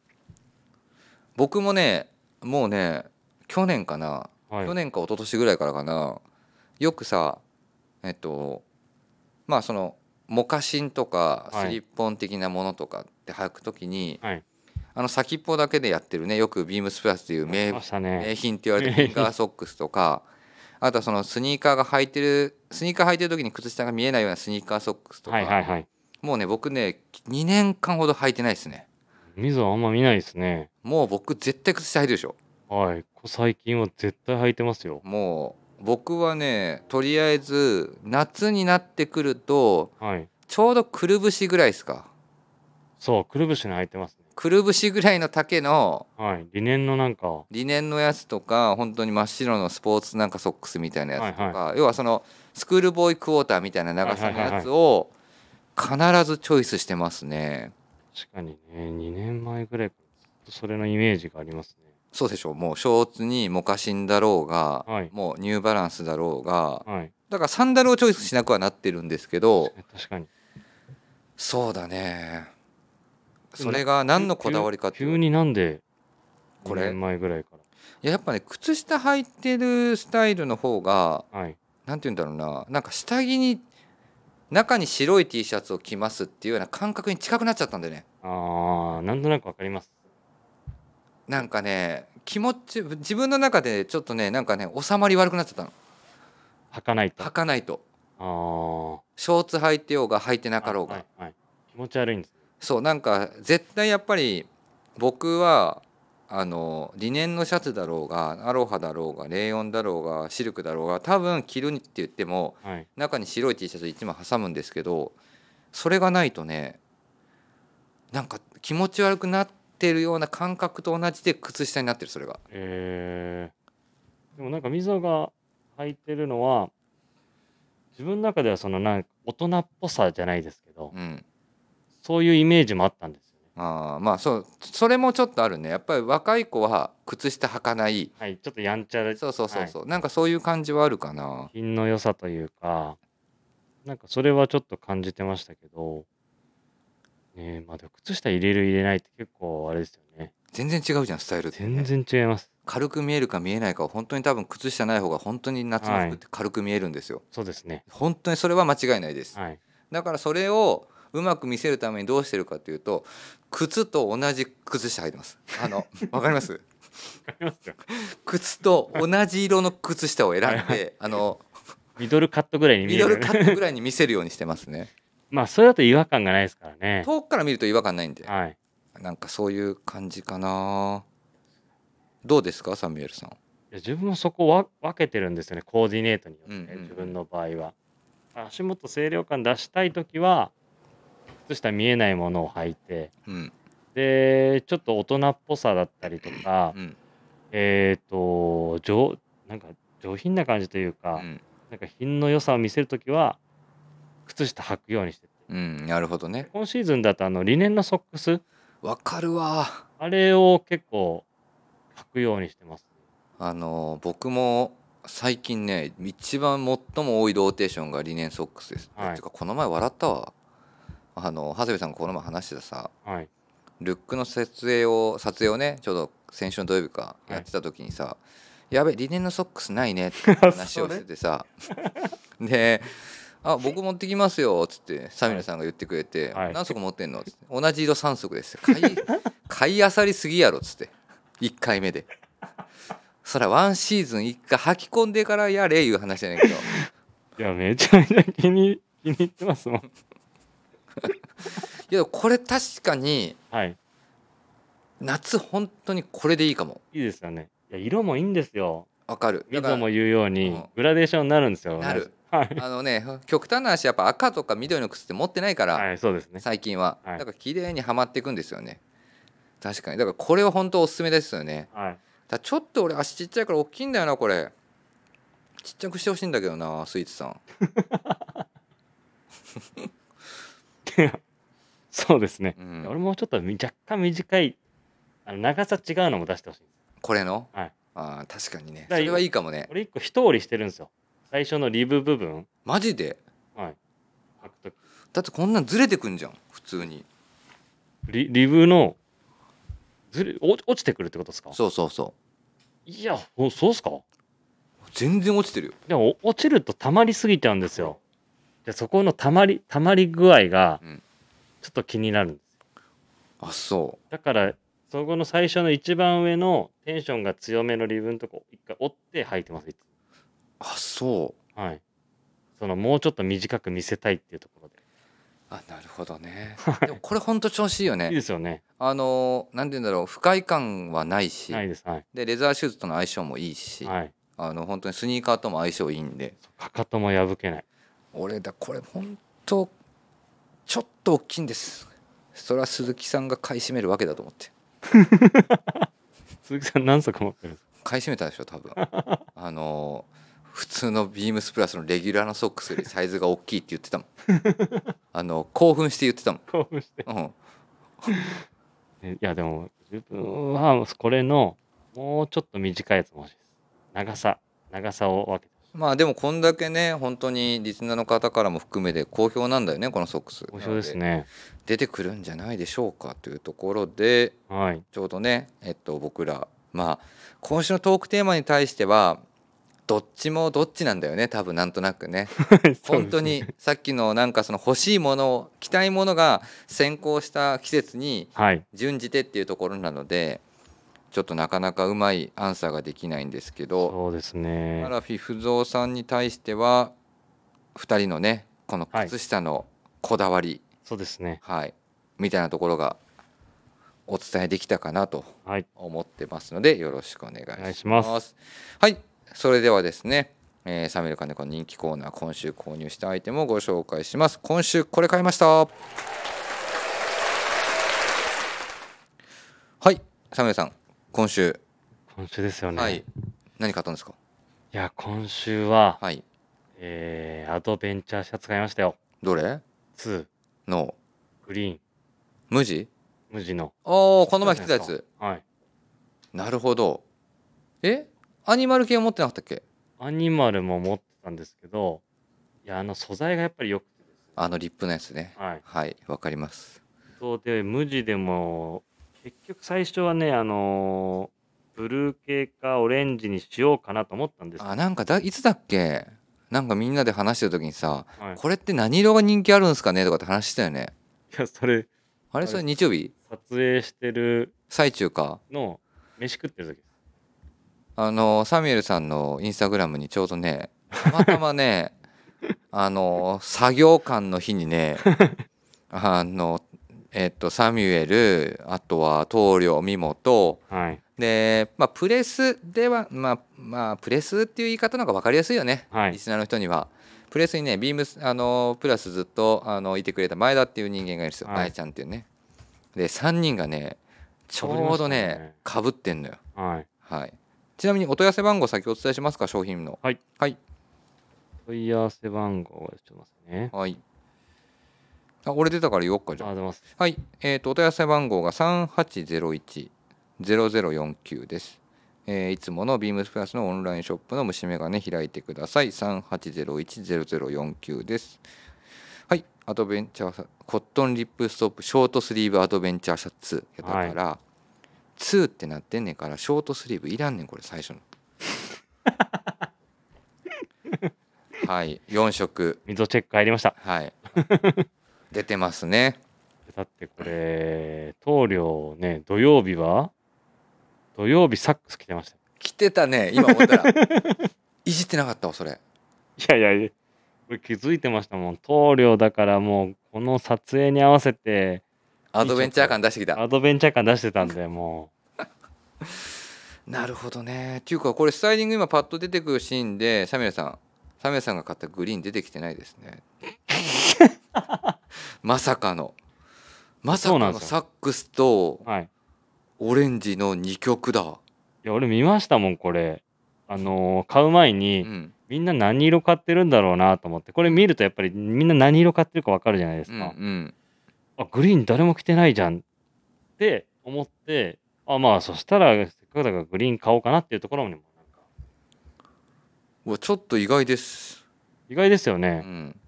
Speaker 1: 僕もねもうね去年かな、
Speaker 2: はい
Speaker 1: 去。年か一昨年ぐらいからかなよくさえっとまあそのモカシンとか
Speaker 2: はい
Speaker 1: スリッポン的なものとかって履くときに、
Speaker 2: はい。
Speaker 1: あの先っぽだけでやってるねよくビームスプラスっていう名
Speaker 2: ましたね。
Speaker 1: 名品って言われて
Speaker 2: *laughs*
Speaker 1: るフィンガーソックスとかあとはそのスニーカーが履いてるスニーカー履いてる時に靴下が見えないようなスニーカーソックスとか、
Speaker 2: はいはいはい。
Speaker 1: もうね僕ね2年間ほど履いてないですね
Speaker 2: 水はあんま見ないですね。
Speaker 1: もう僕絶対靴下履いてるでしょ
Speaker 2: はい。こ最近は絶対履いてますよ。
Speaker 1: もう僕はねとりあえず夏になってくると
Speaker 2: はい。
Speaker 1: ちょうどくるぶしぐらいですか
Speaker 2: そう、くるぶしに履いてますね。
Speaker 1: くるぶしぐらいの丈の
Speaker 2: はい。リネンのなんか、
Speaker 1: リネンのやつとか本当に真っ白のスポーツなんかソックスみたいなやつとか、
Speaker 2: はい
Speaker 1: 要はそのスクールボーイクォーターみたいな長さのやつを必ずチョイスしてますね
Speaker 2: 確かにね、2年前ぐらいからずっとそれのイメージがありますね。
Speaker 1: そうでしょうもうショーツにモカシンだろうが、
Speaker 2: はい
Speaker 1: もうニューバランスだろうが
Speaker 2: はい。
Speaker 1: だからサンダルをチョイスしなくはなってるんですけど
Speaker 2: 確かに。
Speaker 1: そうだねそれが何のこだわりかって
Speaker 2: 急
Speaker 1: いう
Speaker 2: 急になんで、
Speaker 1: こ
Speaker 2: 2
Speaker 1: れ
Speaker 2: 年前ぐらいか
Speaker 1: いややっぱね靴下履いてるスタイルの方が
Speaker 2: ら。はい。
Speaker 1: なんて言うんだろうななんか下着に中に白い T シャツを着ますっていうような感覚に近くなっちゃったんだよね
Speaker 2: あー、なんとなくわかります。
Speaker 1: なんかね気持ち自分の中でちょっとねなんかね収まり悪くなっちゃったの
Speaker 2: 履かないと。
Speaker 1: 履
Speaker 2: あ
Speaker 1: かないと
Speaker 2: ー。
Speaker 1: ショーツ履いてようが履いてなかろうが、
Speaker 2: はいはい。気持ち悪いんです。
Speaker 1: そうなんか絶対やっぱり僕はあのリネンのシャツだろうがアロハだろうがレイヨンだろうがシルクだろうが多分着るって言っても
Speaker 2: はい。
Speaker 1: 中に白い T シャツ1枚挟むんですけどそれがないとねなんか気持ち悪くなってるような感覚と同じで靴下になってるそれが
Speaker 2: えー、でもなんか溝が履いてるのは自分の中ではそのなんか大人っぽさじゃないですけど
Speaker 1: うん
Speaker 2: そういうイメージもあったんですよね
Speaker 1: あーまあそうそれもちょっとあるねやっぱり若い子は靴下履かない
Speaker 2: はいちょっとやんちゃで
Speaker 1: そうそうそうそう、なんかそういう感じはあるかな
Speaker 2: 品の良さというかなんかそれはちょっと感じてましたけどねえまあでも靴下入れる入れないって結構あれですよね
Speaker 1: 全然違うじゃんスタイルってね、
Speaker 2: 全然違います
Speaker 1: 軽く見えるか見えないかは本当に多分靴下ない方が本当に夏の服って軽く見えるんですよ、
Speaker 2: そうですね
Speaker 1: 本当にそれは間違いないです
Speaker 2: はい
Speaker 1: だからそれをうまく見せるためにどうしてるかというと靴と同じ靴下履いてます
Speaker 2: *laughs*
Speaker 1: あのわかります
Speaker 2: わかりますよ
Speaker 1: 靴と同じ色の靴下を選んであの
Speaker 2: ミドルカットぐらいに見
Speaker 1: ミ
Speaker 2: え
Speaker 1: ド
Speaker 2: る
Speaker 1: ルカットぐらいに見せるようにしてますね
Speaker 2: まあそれだと違和感がないですからね
Speaker 1: 遠くから見ると違和感ないんで
Speaker 2: はい
Speaker 1: なんかそういう感じかなどうですかサミュエルさん
Speaker 2: いや自分もそこわ分けてるんですよねコーディネートによって、
Speaker 1: うんうんうん
Speaker 2: 自分の場合は足元清涼感出したい時は靴下見えないものを履いて
Speaker 1: うん
Speaker 2: でちょっと大人っぽさだったりとか
Speaker 1: うん
Speaker 2: えっ、と上なんか上品な感じという
Speaker 1: う
Speaker 2: か、
Speaker 1: ん
Speaker 2: なんか品の良さを見せる時は靴下履くようにしてて
Speaker 1: うんなるほどね
Speaker 2: 今シーズンだとあのリネンのソックス
Speaker 1: わかるわ
Speaker 2: あれを結構履くようにしてます。
Speaker 1: あの僕も最近ね一番最も多いローテーションがリネンソックスです、
Speaker 2: はい
Speaker 1: てかこの前笑ったわあの長谷部さんがこの前話してたさ
Speaker 2: はい。
Speaker 1: ルックの撮影を撮影をねちょうど先週の土曜日か
Speaker 2: い
Speaker 1: やってた時にさ、やべリネンのソックスないねって話をしててさで「あ僕持ってきますよ」っつってサミュエルさんが言ってくれて「
Speaker 2: はい
Speaker 1: 何足持ってんの?」っつって「同じ色3足です」
Speaker 2: *laughs*
Speaker 1: 買い買いあさりすぎやろ」っつって1回目でそらワンシーズン1回吐き込んでからやれいう話じゃない
Speaker 2: *laughs*
Speaker 1: けど
Speaker 2: いや、めちゃめちゃ気に気に入ってますもん。
Speaker 1: いやこれ確かに
Speaker 2: はい。
Speaker 1: 夏本当にこれでいいかも
Speaker 2: いいですよね。いや、色もいいんですよ。
Speaker 1: わかるだ
Speaker 2: 水
Speaker 1: から
Speaker 2: 野も言うよう
Speaker 1: う
Speaker 2: に
Speaker 1: ん、
Speaker 2: グラデーションになるんですよ。
Speaker 1: なる
Speaker 2: 同じ。
Speaker 1: *laughs* あのね極端な話やっぱ赤とか緑の靴って持ってないから、
Speaker 2: はい。はい、そうですね。
Speaker 1: 最近は、
Speaker 2: はい
Speaker 1: だから綺麗にはまっていくんですよね確かにだからこれは本当おすすめですよね
Speaker 2: はい。
Speaker 1: ただちょっと俺足ちっちゃいから大きいんだよなこれちっちゃくしてほしいんだけどなスイーツさん
Speaker 2: そうですね。
Speaker 1: うん
Speaker 2: 俺もちょっとみ若干短い、あの長さ違うのも出してほしいんです。
Speaker 1: これの、
Speaker 2: はい
Speaker 1: あー確かにね
Speaker 2: だか
Speaker 1: そ
Speaker 2: ら
Speaker 1: れはいいかもね
Speaker 2: 俺一個一折りしてるんですよ。最初のリブ部分。
Speaker 1: マジで
Speaker 2: はい。履くとき
Speaker 1: だってこんなんずれてくんじゃん普通に
Speaker 2: リリブの、ずれ落落ちてくるってことですか
Speaker 1: そうそうそ
Speaker 2: いや、おそうっすか
Speaker 1: う全然落ちてるよ
Speaker 2: でもお落ちると溜まりすぎちゃうんですよ。でそこの溜まり溜まり具合が
Speaker 1: うん
Speaker 2: ちょっと気になるんです。
Speaker 1: あそ
Speaker 2: だからそこの最初の一番上のテンションが強めのリブのとこ一回折って履いてます。いつも
Speaker 1: うあそう
Speaker 2: はい。そのもうちょっと短く見せたいっていうところで。
Speaker 1: あなるほ
Speaker 2: *laughs*
Speaker 1: どねでもこれ本当調子いいよね
Speaker 2: いいですよね。
Speaker 1: あのーなんて言うんだろう不快感はないし
Speaker 2: ないです。はい。
Speaker 1: でレザーシューズとの相性もいいし、
Speaker 2: はい。
Speaker 1: あの本当にスニーカーとも相性いいんで
Speaker 2: かかとも破けない。
Speaker 1: 俺だこれ本当ちょっと大きいんですそれは鈴木さんが買い占めるわけだと思って
Speaker 2: 鈴木さん何足持ってるんですか
Speaker 1: 買い占めたでしょ
Speaker 2: *laughs*
Speaker 1: 多分あのー普通のビームスプラスのレギュラーのソックスよりサイズが大きいって言ってたもんあの興奮して言ってたも
Speaker 2: 興奮して。 *laughs*
Speaker 1: ん、うん、
Speaker 2: ねいやでも自分はこれのもうちょっと短いやつも欲しいです。長さ長さを分けてほしい。
Speaker 1: まあでもこんだけね本当にリスナーの方からも含めて好評なんだよねこのソックス
Speaker 2: 面白いですね。
Speaker 1: 出てくるんじゃないでしょうかというところで
Speaker 2: はい。
Speaker 1: ちょうどね、えっと、僕らまあ今週のトークテーマに対してはどっちもどっちなんだよね多分なんとな
Speaker 2: *laughs*
Speaker 1: くね本当にさっきのなんかその欲しいもの着たいものが先行した季節に
Speaker 2: はい。
Speaker 1: 準じてっていうところなのでちょっとなかなかうまいアンサーができないんですけど
Speaker 2: そうです
Speaker 1: ア
Speaker 2: ね。
Speaker 1: ラフィフゾウさんに対しては2人のねこの
Speaker 2: はい
Speaker 1: 靴下のこだわり、
Speaker 2: そうですね。
Speaker 1: はい、みたいなところがお伝えできたかなと
Speaker 2: はい。
Speaker 1: 思ってますのでよろしくお願いします。
Speaker 2: お願いします
Speaker 1: はい、それではですね、えーサミュエルカネコの人気コーナー今週購入したアイテムをご紹介します。今週これ買いました。はい、サミュエルさん、今週、
Speaker 2: 今週ですよね。、
Speaker 1: はいい、何買ったんですか。
Speaker 2: や、今週は、
Speaker 1: はい、
Speaker 2: えー、アドベンチャーシャツ買いましたよ。
Speaker 1: どれ？
Speaker 2: 2、
Speaker 1: の
Speaker 2: グリーン、
Speaker 1: 無地？
Speaker 2: 無地の。
Speaker 1: ああ、この前着てたやつ。。
Speaker 2: はい。
Speaker 1: なるほど。え、アニマル系持ってなかったっけ？
Speaker 2: アニマルも持ってたんですけど、いや、あの素材がやっぱり良くてですね
Speaker 1: あのリップのやつね。
Speaker 2: はい。
Speaker 1: はい、わかります。
Speaker 2: そうで、無地でも、結局最初はね、あのーブルー系かオレンジにしようかなと思ったんですけ
Speaker 1: あなんかだいつだっけなんかみんなで話してる時にさ
Speaker 2: ど、はい、い
Speaker 1: これって何色が人気あるんですかねとかって話したよね
Speaker 2: やそれ
Speaker 1: あれ
Speaker 2: はい
Speaker 1: それ日曜日
Speaker 2: 撮影してる
Speaker 1: 最中か
Speaker 2: のを飯食ってる時です
Speaker 1: あのサミュエルさんのインスタグラムにちょうどねたまた
Speaker 2: *laughs*
Speaker 1: まねあの作業感の日
Speaker 2: *laughs*
Speaker 1: にねあのえっとサミュエルあとは棟梁ミモと
Speaker 2: はい
Speaker 1: で、まあ、プレスでは、まあ、まあ、プレスっていう言い方の方が分かりやすいよね、
Speaker 2: はい
Speaker 1: リスナーの人には。プレスにねビームスあのプラスずっとあのいてくれた前田っていう人間がいるんですよ、
Speaker 2: はい
Speaker 1: 前ちゃんっていうねで3人がねちょうど
Speaker 2: 被りました
Speaker 1: ね
Speaker 2: ね
Speaker 1: かぶってんのよ
Speaker 2: はい。
Speaker 1: はいちなみにお問い合わせ番号先お伝えしますか商品の
Speaker 2: はい
Speaker 1: はい、
Speaker 2: 問い合わせ番号をちょっと待ってね。
Speaker 1: はいあ俺出たから言おうかじ
Speaker 2: あ
Speaker 1: ゃ
Speaker 2: り
Speaker 1: あ
Speaker 2: がとうございます。
Speaker 1: はいえー、とお問い合わせ番号が38010049ですえーいつものビームスプラスのオンラインショップの虫眼鏡開いてください38010049ですはいアドベンチャーコットンリップストップショートスリーブアドベンチャーシャツだから、2ってなってんねんからショートスリーブいらんねんこれ最初のはい4色
Speaker 2: 溝チェック入りました。
Speaker 1: はい。出てますね。
Speaker 2: だってこれ、棟梁ね、土曜日は土曜日サックス着てました。
Speaker 1: 来てたね。今思
Speaker 2: *laughs*
Speaker 1: ったら。いじってなかったわ、それ。
Speaker 2: いやいや、これ気づいてましたもん。棟梁だからもう、この撮影に合わせて、
Speaker 1: アドベンチャー感出してきた。
Speaker 2: アドベンチャー感出してたんで、も
Speaker 1: なるほどね。っていうか、これスタイリング今パッと出てくるシーンで、サミュエルさん、サミュエルさんが買ったグリーン出てきてないです
Speaker 2: *laughs*
Speaker 1: ね。まさかの。まさか
Speaker 2: そうなん
Speaker 1: の
Speaker 2: ですよ
Speaker 1: サックスと
Speaker 2: う、はい。
Speaker 1: オレンジの2曲だ。
Speaker 2: いや、俺見ましたもん、これ。あのー買う前
Speaker 1: う
Speaker 2: に、
Speaker 1: ん。
Speaker 2: みんな何色買ってるんだろうなと思って、これ見るとやっぱりみんな何色買ってるかわかるじゃないです
Speaker 1: う
Speaker 2: か。
Speaker 1: ん。うん。
Speaker 2: あグリーン誰も着てないじゃんって思ってあまあそしたらせっかくだからグリーン買おうかなっていうところにもなんか
Speaker 1: うわちょっと意外です。
Speaker 2: 意外ですよ
Speaker 1: う
Speaker 2: ね、
Speaker 1: ん。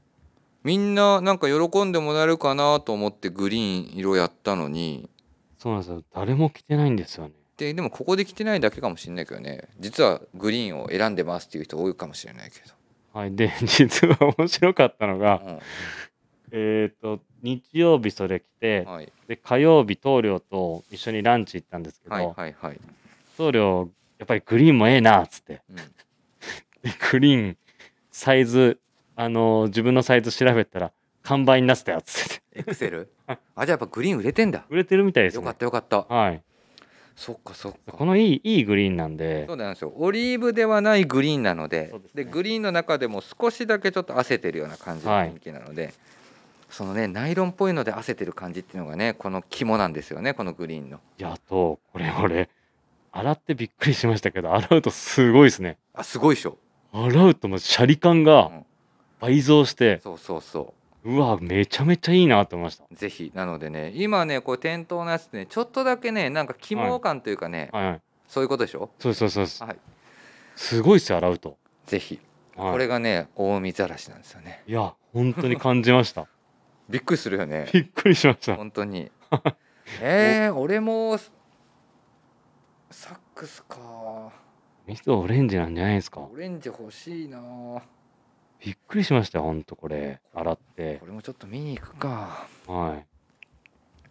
Speaker 1: みんななんか喜んでもらえるかなと思ってグリーン色やったのに、
Speaker 2: そうなんですよ誰も着てないんですよね
Speaker 1: ででもここで着てないだけかもしれないけどね実はグリーンを選んでますっていう人多いかもしれないけ
Speaker 2: はいで *laughs* 実は面白かったのが
Speaker 1: ど、
Speaker 2: えっ、と日曜日それ着
Speaker 1: うん
Speaker 2: て
Speaker 1: はい、
Speaker 2: で火曜日棟梁と一緒にランチ行ったんですけど、
Speaker 1: はいはいはい、
Speaker 2: 棟梁やっぱりグリーンもええなっつって
Speaker 1: うん
Speaker 2: でグリーンサイズあのー自分のサイズ調べたら完売になってたやつって
Speaker 1: エクセル *laughs* あじゃあやっぱグリーン売れてんだ
Speaker 2: 売れてるみたいです
Speaker 1: よ
Speaker 2: ね
Speaker 1: かったよかった
Speaker 2: はい
Speaker 1: そっかそっか
Speaker 2: このいいいいグリーンなんで
Speaker 1: そうなんですよオリーブではないグリーンなので
Speaker 2: そうです
Speaker 1: で、
Speaker 2: ね
Speaker 1: グリーンの中でも少しだけちょっと汗てるような感じの雰囲気なので、そのねナイロンっぽいので汗てる感じっていうのがねこの肝なんですよねこのグリーンの
Speaker 2: いやあとこれ俺洗ってびっくりしましたけど洗うとすごいですね
Speaker 1: あすごいでしょ
Speaker 2: 洗うともうシャリ感
Speaker 1: うん
Speaker 2: が倍増して、
Speaker 1: そうそうそう
Speaker 2: うわめちゃめちゃいいなと思いました
Speaker 1: ぜひなのでね今ねこう店頭のやつねちょっとだけねなんか肝感というかね、
Speaker 2: はいはい
Speaker 1: そういうことでしょ
Speaker 2: そうそうそうそう
Speaker 1: はい
Speaker 2: すごいっすよ洗うと、
Speaker 1: ぜひ
Speaker 2: はい、
Speaker 1: これがね大見ざらしなんですよね
Speaker 2: いや本当に感じました
Speaker 1: *laughs* びっくりするよね
Speaker 2: びっくりしました
Speaker 1: 本当
Speaker 2: *laughs*
Speaker 1: にえー、俺もサックスか
Speaker 2: ミストオレンジなんじゃないですか
Speaker 1: オレンジ欲しいなこ
Speaker 2: びっくりしましたよ本当これ洗って
Speaker 1: れもちょっと見に行くか
Speaker 2: はい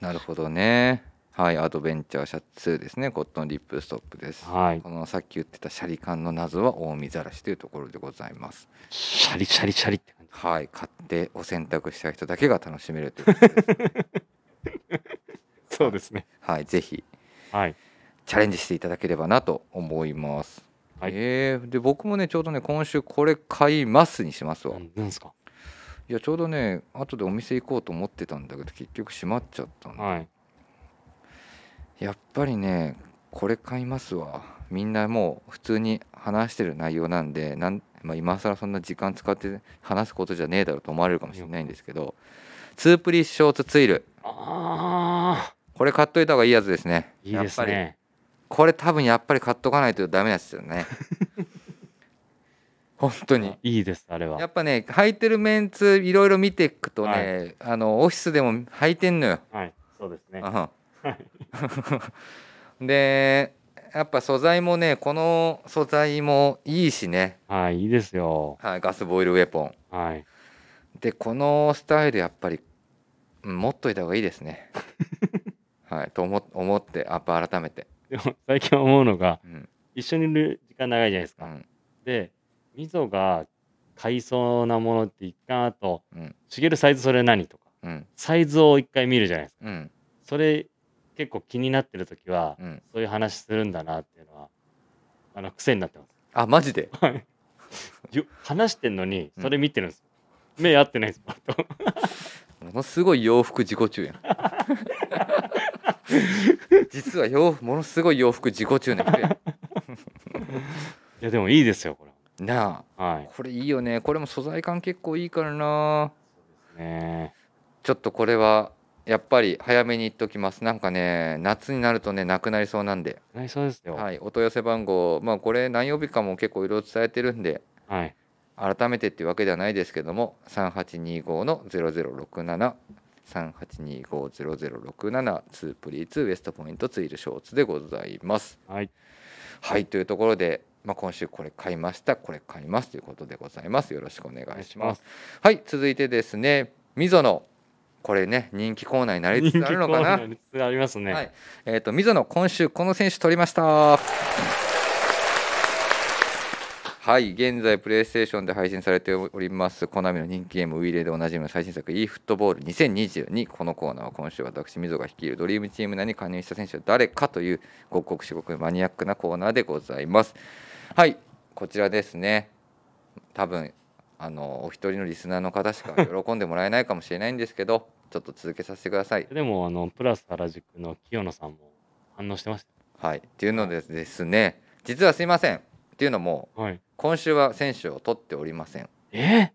Speaker 1: なるほどねはいアドベンチャーシャツですねコットンリップストップです
Speaker 2: はい
Speaker 1: このさっき言ってたシャリ感の謎は大見ざらしというところでございます
Speaker 2: シャリシャリシャリって感じ
Speaker 1: はい、買ってお洗濯した人だけが楽しめる
Speaker 2: *laughs*
Speaker 1: ということです。
Speaker 2: そうですね
Speaker 1: はい、ぜひ
Speaker 2: はい
Speaker 1: チャレンジしていただければなと思います。
Speaker 2: はい
Speaker 1: えーで僕もねちょうどね今週これ買いますにしますわ、
Speaker 2: ないんなんですか
Speaker 1: やちょうどね後でお店行こうと思ってたんだけど結局閉まっちゃったんで
Speaker 2: はい
Speaker 1: やっぱりねこれ買いますわみんなもう普通に話してる内容なんでなん、まあ、今更そんな時間使って話すことじゃねえだろうと思われるかもしれないんですけどツープリショーツツイル
Speaker 2: ああ
Speaker 1: これ買っといた方がいいやつですね。
Speaker 2: いいです
Speaker 1: やっぱり
Speaker 2: ね。
Speaker 1: これ多分やっぱり買っとかないとダメなやつだよ
Speaker 2: *laughs*
Speaker 1: ね。本当に
Speaker 2: あ。いいです、あれ
Speaker 1: や
Speaker 2: は。
Speaker 1: っぱね履いてるメンツいろいろ見ていくとね、あのオフィスでも履いてんのよ。
Speaker 2: はい、そうですね。
Speaker 1: うん *laughs* でやっぱ素材もねこの素材もいいしね、
Speaker 2: はい、いいですよ。
Speaker 1: はい、ガスボイルウェポン。
Speaker 2: はい。
Speaker 1: でこのスタイルやっぱりうん持っといた方がいいで
Speaker 2: *laughs*
Speaker 1: すね。はい、と思思ってやっぱ改めて。
Speaker 2: でも、最近思うのが、
Speaker 1: うん
Speaker 2: 一緒にいる時間長いじゃないです
Speaker 1: う
Speaker 2: か。
Speaker 1: ん
Speaker 2: で、みぞが買いそうなものって一回あと、
Speaker 1: うん
Speaker 2: しげるサイズそれ何とか、
Speaker 1: うん
Speaker 2: サイズを一回見るじゃないですか。
Speaker 1: うん
Speaker 2: それ、結構気になってる時は、
Speaker 1: うん *laughs*
Speaker 2: そういう話するんだなっていうのは、あの、癖になってます。
Speaker 1: あマジで、
Speaker 2: はいよ話してんのに
Speaker 1: うん
Speaker 2: それ見てるんです、目合ってないんですパッと
Speaker 1: ものすごい洋服自己中やん実は洋服ものすごい洋服自己中な人や
Speaker 2: *laughs* いやでもいいですよこれ
Speaker 1: んな
Speaker 2: は
Speaker 1: あ
Speaker 2: い
Speaker 1: これいいよねこれも素材感結構いいからな
Speaker 2: ね
Speaker 1: ちょっとこれはやっぱり早めに言っときますなんかね夏になるとねなくなりそうなんで、
Speaker 2: えなりそうですよはい、
Speaker 1: はい、お問い合わせ番号まあこれ何曜日かも結構いろいろ伝えてるんで改めてっていうわけではないですけども3825の0067 3825-0067ツープリーツウエストポイントツイルショーツでございます。
Speaker 2: はい、
Speaker 1: はいというところで、まあ、今週これ買いましたこれ買いますということでございますよろしくお願
Speaker 2: お願
Speaker 1: い
Speaker 2: い
Speaker 1: し
Speaker 2: し
Speaker 1: ます
Speaker 2: ま。す
Speaker 1: はい続いてですねみぞのこれね人気コーナーになりつつあるのかな
Speaker 2: *laughs* 人気コーナーにつながりますね、
Speaker 1: はいえっ、とみぞの今週この選手取りましたはい現在プレイステーションで配信されておりますコナミの人気ゲームウィレでおなじみの最新作 e フットボール2022このコーナーは今週私みぞが率いるドリームチーム内に加入した選手は誰かというごくごく至極マニアックなコーナーでございますはいこちらですね多分あのお一人のリスナーの方しか喜んでもらえないかもしれないんですけどちょっと続けさせてください
Speaker 2: でもあのプラス原宿の清野さんも反応してまし
Speaker 1: はい、っていうのでですね実はすいませんっていうのも
Speaker 2: たはい
Speaker 1: 今週は選手を取っておりません
Speaker 2: え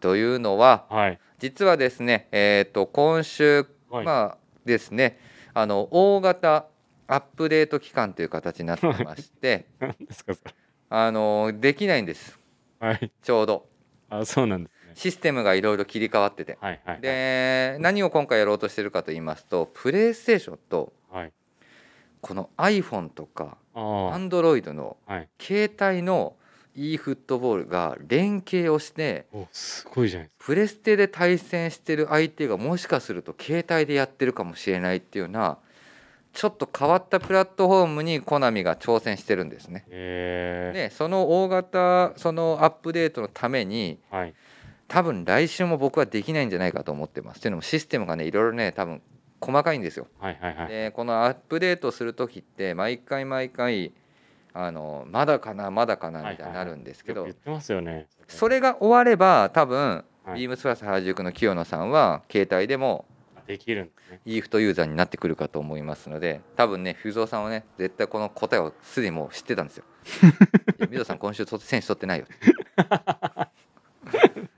Speaker 1: というのは
Speaker 2: はい
Speaker 1: 実はですねえー、と今週、
Speaker 2: はい、
Speaker 1: まあですねあの大型アップデート期間という形になって
Speaker 2: *laughs*
Speaker 1: まして
Speaker 2: *laughs* 何ですかそれ
Speaker 1: あのできないんです
Speaker 2: はい
Speaker 1: ちょうど
Speaker 2: あそうなんですね
Speaker 1: システムがいろいろ切り替わってて
Speaker 2: はいはい
Speaker 1: で何を今回やろうとしてるかと言いますとプレイステーションと
Speaker 2: はい
Speaker 1: この iPhone とか
Speaker 2: ああ
Speaker 1: Android の
Speaker 2: はい
Speaker 1: 携帯の e フットボールが連携をして
Speaker 2: おすごいじゃないです
Speaker 1: プレステで対戦してる相手がもしかすると携帯でやってるかもしれないっていうようなちょっと変わったプラットフォームにコナミが挑戦してるんですね
Speaker 2: か。ええ
Speaker 1: でその大型そのアップデートのために
Speaker 2: はい
Speaker 1: 多分来週も僕はできないんじゃないかと思ってます。というのもシステムがねいろいろね多分細かいんですよ。
Speaker 2: はいはいはい
Speaker 1: でこのアップデートする時って毎回毎回あのまだかなまだかなみたいになるんですけ
Speaker 2: よく
Speaker 1: ど
Speaker 2: 言ってますよね
Speaker 1: それが終われば多分、
Speaker 2: はい
Speaker 1: ビームスプラス原宿の清野さんは携帯でも
Speaker 2: できるんですね
Speaker 1: イーフトユーザーになってくるかと思いますので多分ねフュゾーさんはね絶対この答えをすでにもう知って
Speaker 2: *laughs*
Speaker 1: たんですよ。いやミドさん今週と選手取ってないよ。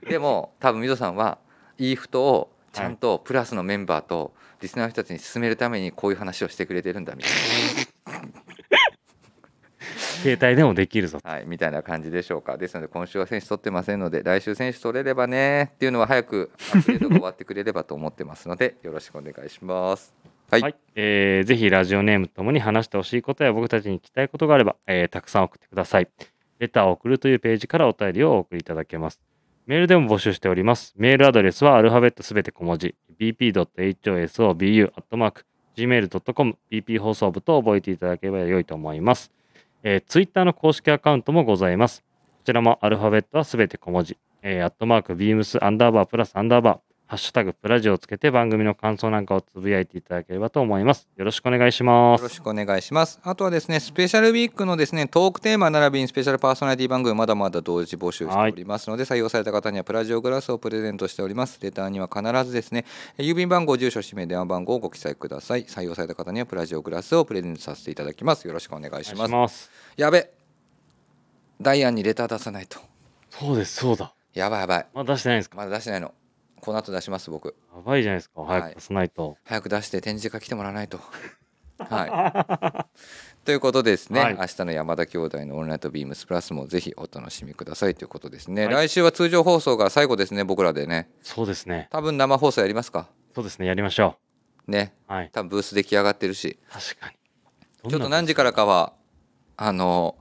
Speaker 1: でも多分ミドさんはイーフトをちゃんとプラスのメンバーとリスナーの人たちに進めるためにこういう話をしてくれてるんだみたいな。
Speaker 2: 携帯でもできるぞ
Speaker 1: はい、みたいな感じでしょうか。ですので、今週は選手取ってませんので、来週選手取れればねっていうのは早くアップデートが終わってくれればと思ってますので、 *laughs* よろしくお願いします。はい、
Speaker 2: はい、えーぜひラジオネームともに話してほしいことや僕たちに聞きたいことがあれば、えーたくさん送ってください。レターを送るというページからお便りをお送りいただけます。メールでも募集しております。メールアドレスはアルファベットすべて小文字 bp.hosobu.gmail.com bp 放送部と覚えていただければ良いと思います。えー、Twitter の公式アカウントもございます。こちらもアルファベットはすべて小文字、えー、アットマークビームスアンダーバープラスアンダーバーハッシュタグプラジオをつけて番組の感想なんかをつぶやいていただければと思います。よろしくお願いしま
Speaker 1: よろ
Speaker 2: す。
Speaker 1: しくお願いします。あとはですね、スペシャルウィークのですね、トークテーマ並びにスペシャルパーソナリティ番組まだまだ同時募集しておりますので、採用された方にはプラジオグラスをプレゼントしております。レターには必ずですね、え郵便番号、住所、氏名、電話番号をご記載ください。採用された方にはプラジオグラスをプレゼントさせていただきます。よろしくお願いし
Speaker 2: お
Speaker 1: ま
Speaker 2: 願い
Speaker 1: す
Speaker 2: し。ます。
Speaker 1: やべダイアンにレター出さないと
Speaker 2: そうです、そうだ。
Speaker 1: やばいやばい
Speaker 2: まだ出してないんですか
Speaker 1: まだ出してないのこの後出します僕
Speaker 2: やばいじゃないですか。
Speaker 1: はい
Speaker 2: 早く出さないと。
Speaker 1: 早く出して展示会来てもらわな
Speaker 2: *laughs*
Speaker 1: いとはいということでですね、
Speaker 2: はい
Speaker 1: 明日の山田兄弟のオンライトビームスプラスもぜひお楽しみくださいということですね、
Speaker 2: はい
Speaker 1: 来週は通常放送が最後ですね僕らでね
Speaker 2: そうですね。
Speaker 1: 多分生放送やりますか
Speaker 2: そうですね。やりましょ
Speaker 1: ね
Speaker 2: う。はい。
Speaker 1: 多分ブース出来上がってるし
Speaker 2: 確かに。
Speaker 1: ちょっ
Speaker 2: ど
Speaker 1: と
Speaker 2: んな
Speaker 1: 何時からかはあの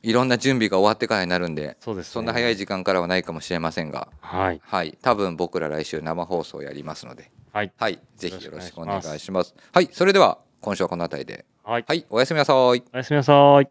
Speaker 1: いろんな準備が終わってからになるんで
Speaker 2: そうですね。
Speaker 1: そんな早い
Speaker 2: 時
Speaker 1: 時間からはないかもしれませんが
Speaker 2: はい。
Speaker 1: はい、多分僕ら来週生放送やりますので、
Speaker 2: はい。
Speaker 1: はい、ぜひよ
Speaker 2: よ
Speaker 1: ろ
Speaker 2: ろ
Speaker 1: し
Speaker 2: し
Speaker 1: く
Speaker 2: く
Speaker 1: お
Speaker 2: お
Speaker 1: 願
Speaker 2: 願
Speaker 1: い
Speaker 2: い
Speaker 1: し
Speaker 2: し
Speaker 1: ます。はい、それでは今週はこの辺りで、
Speaker 2: はい。
Speaker 1: はい、おやすみなさい。
Speaker 2: おやすみなさい。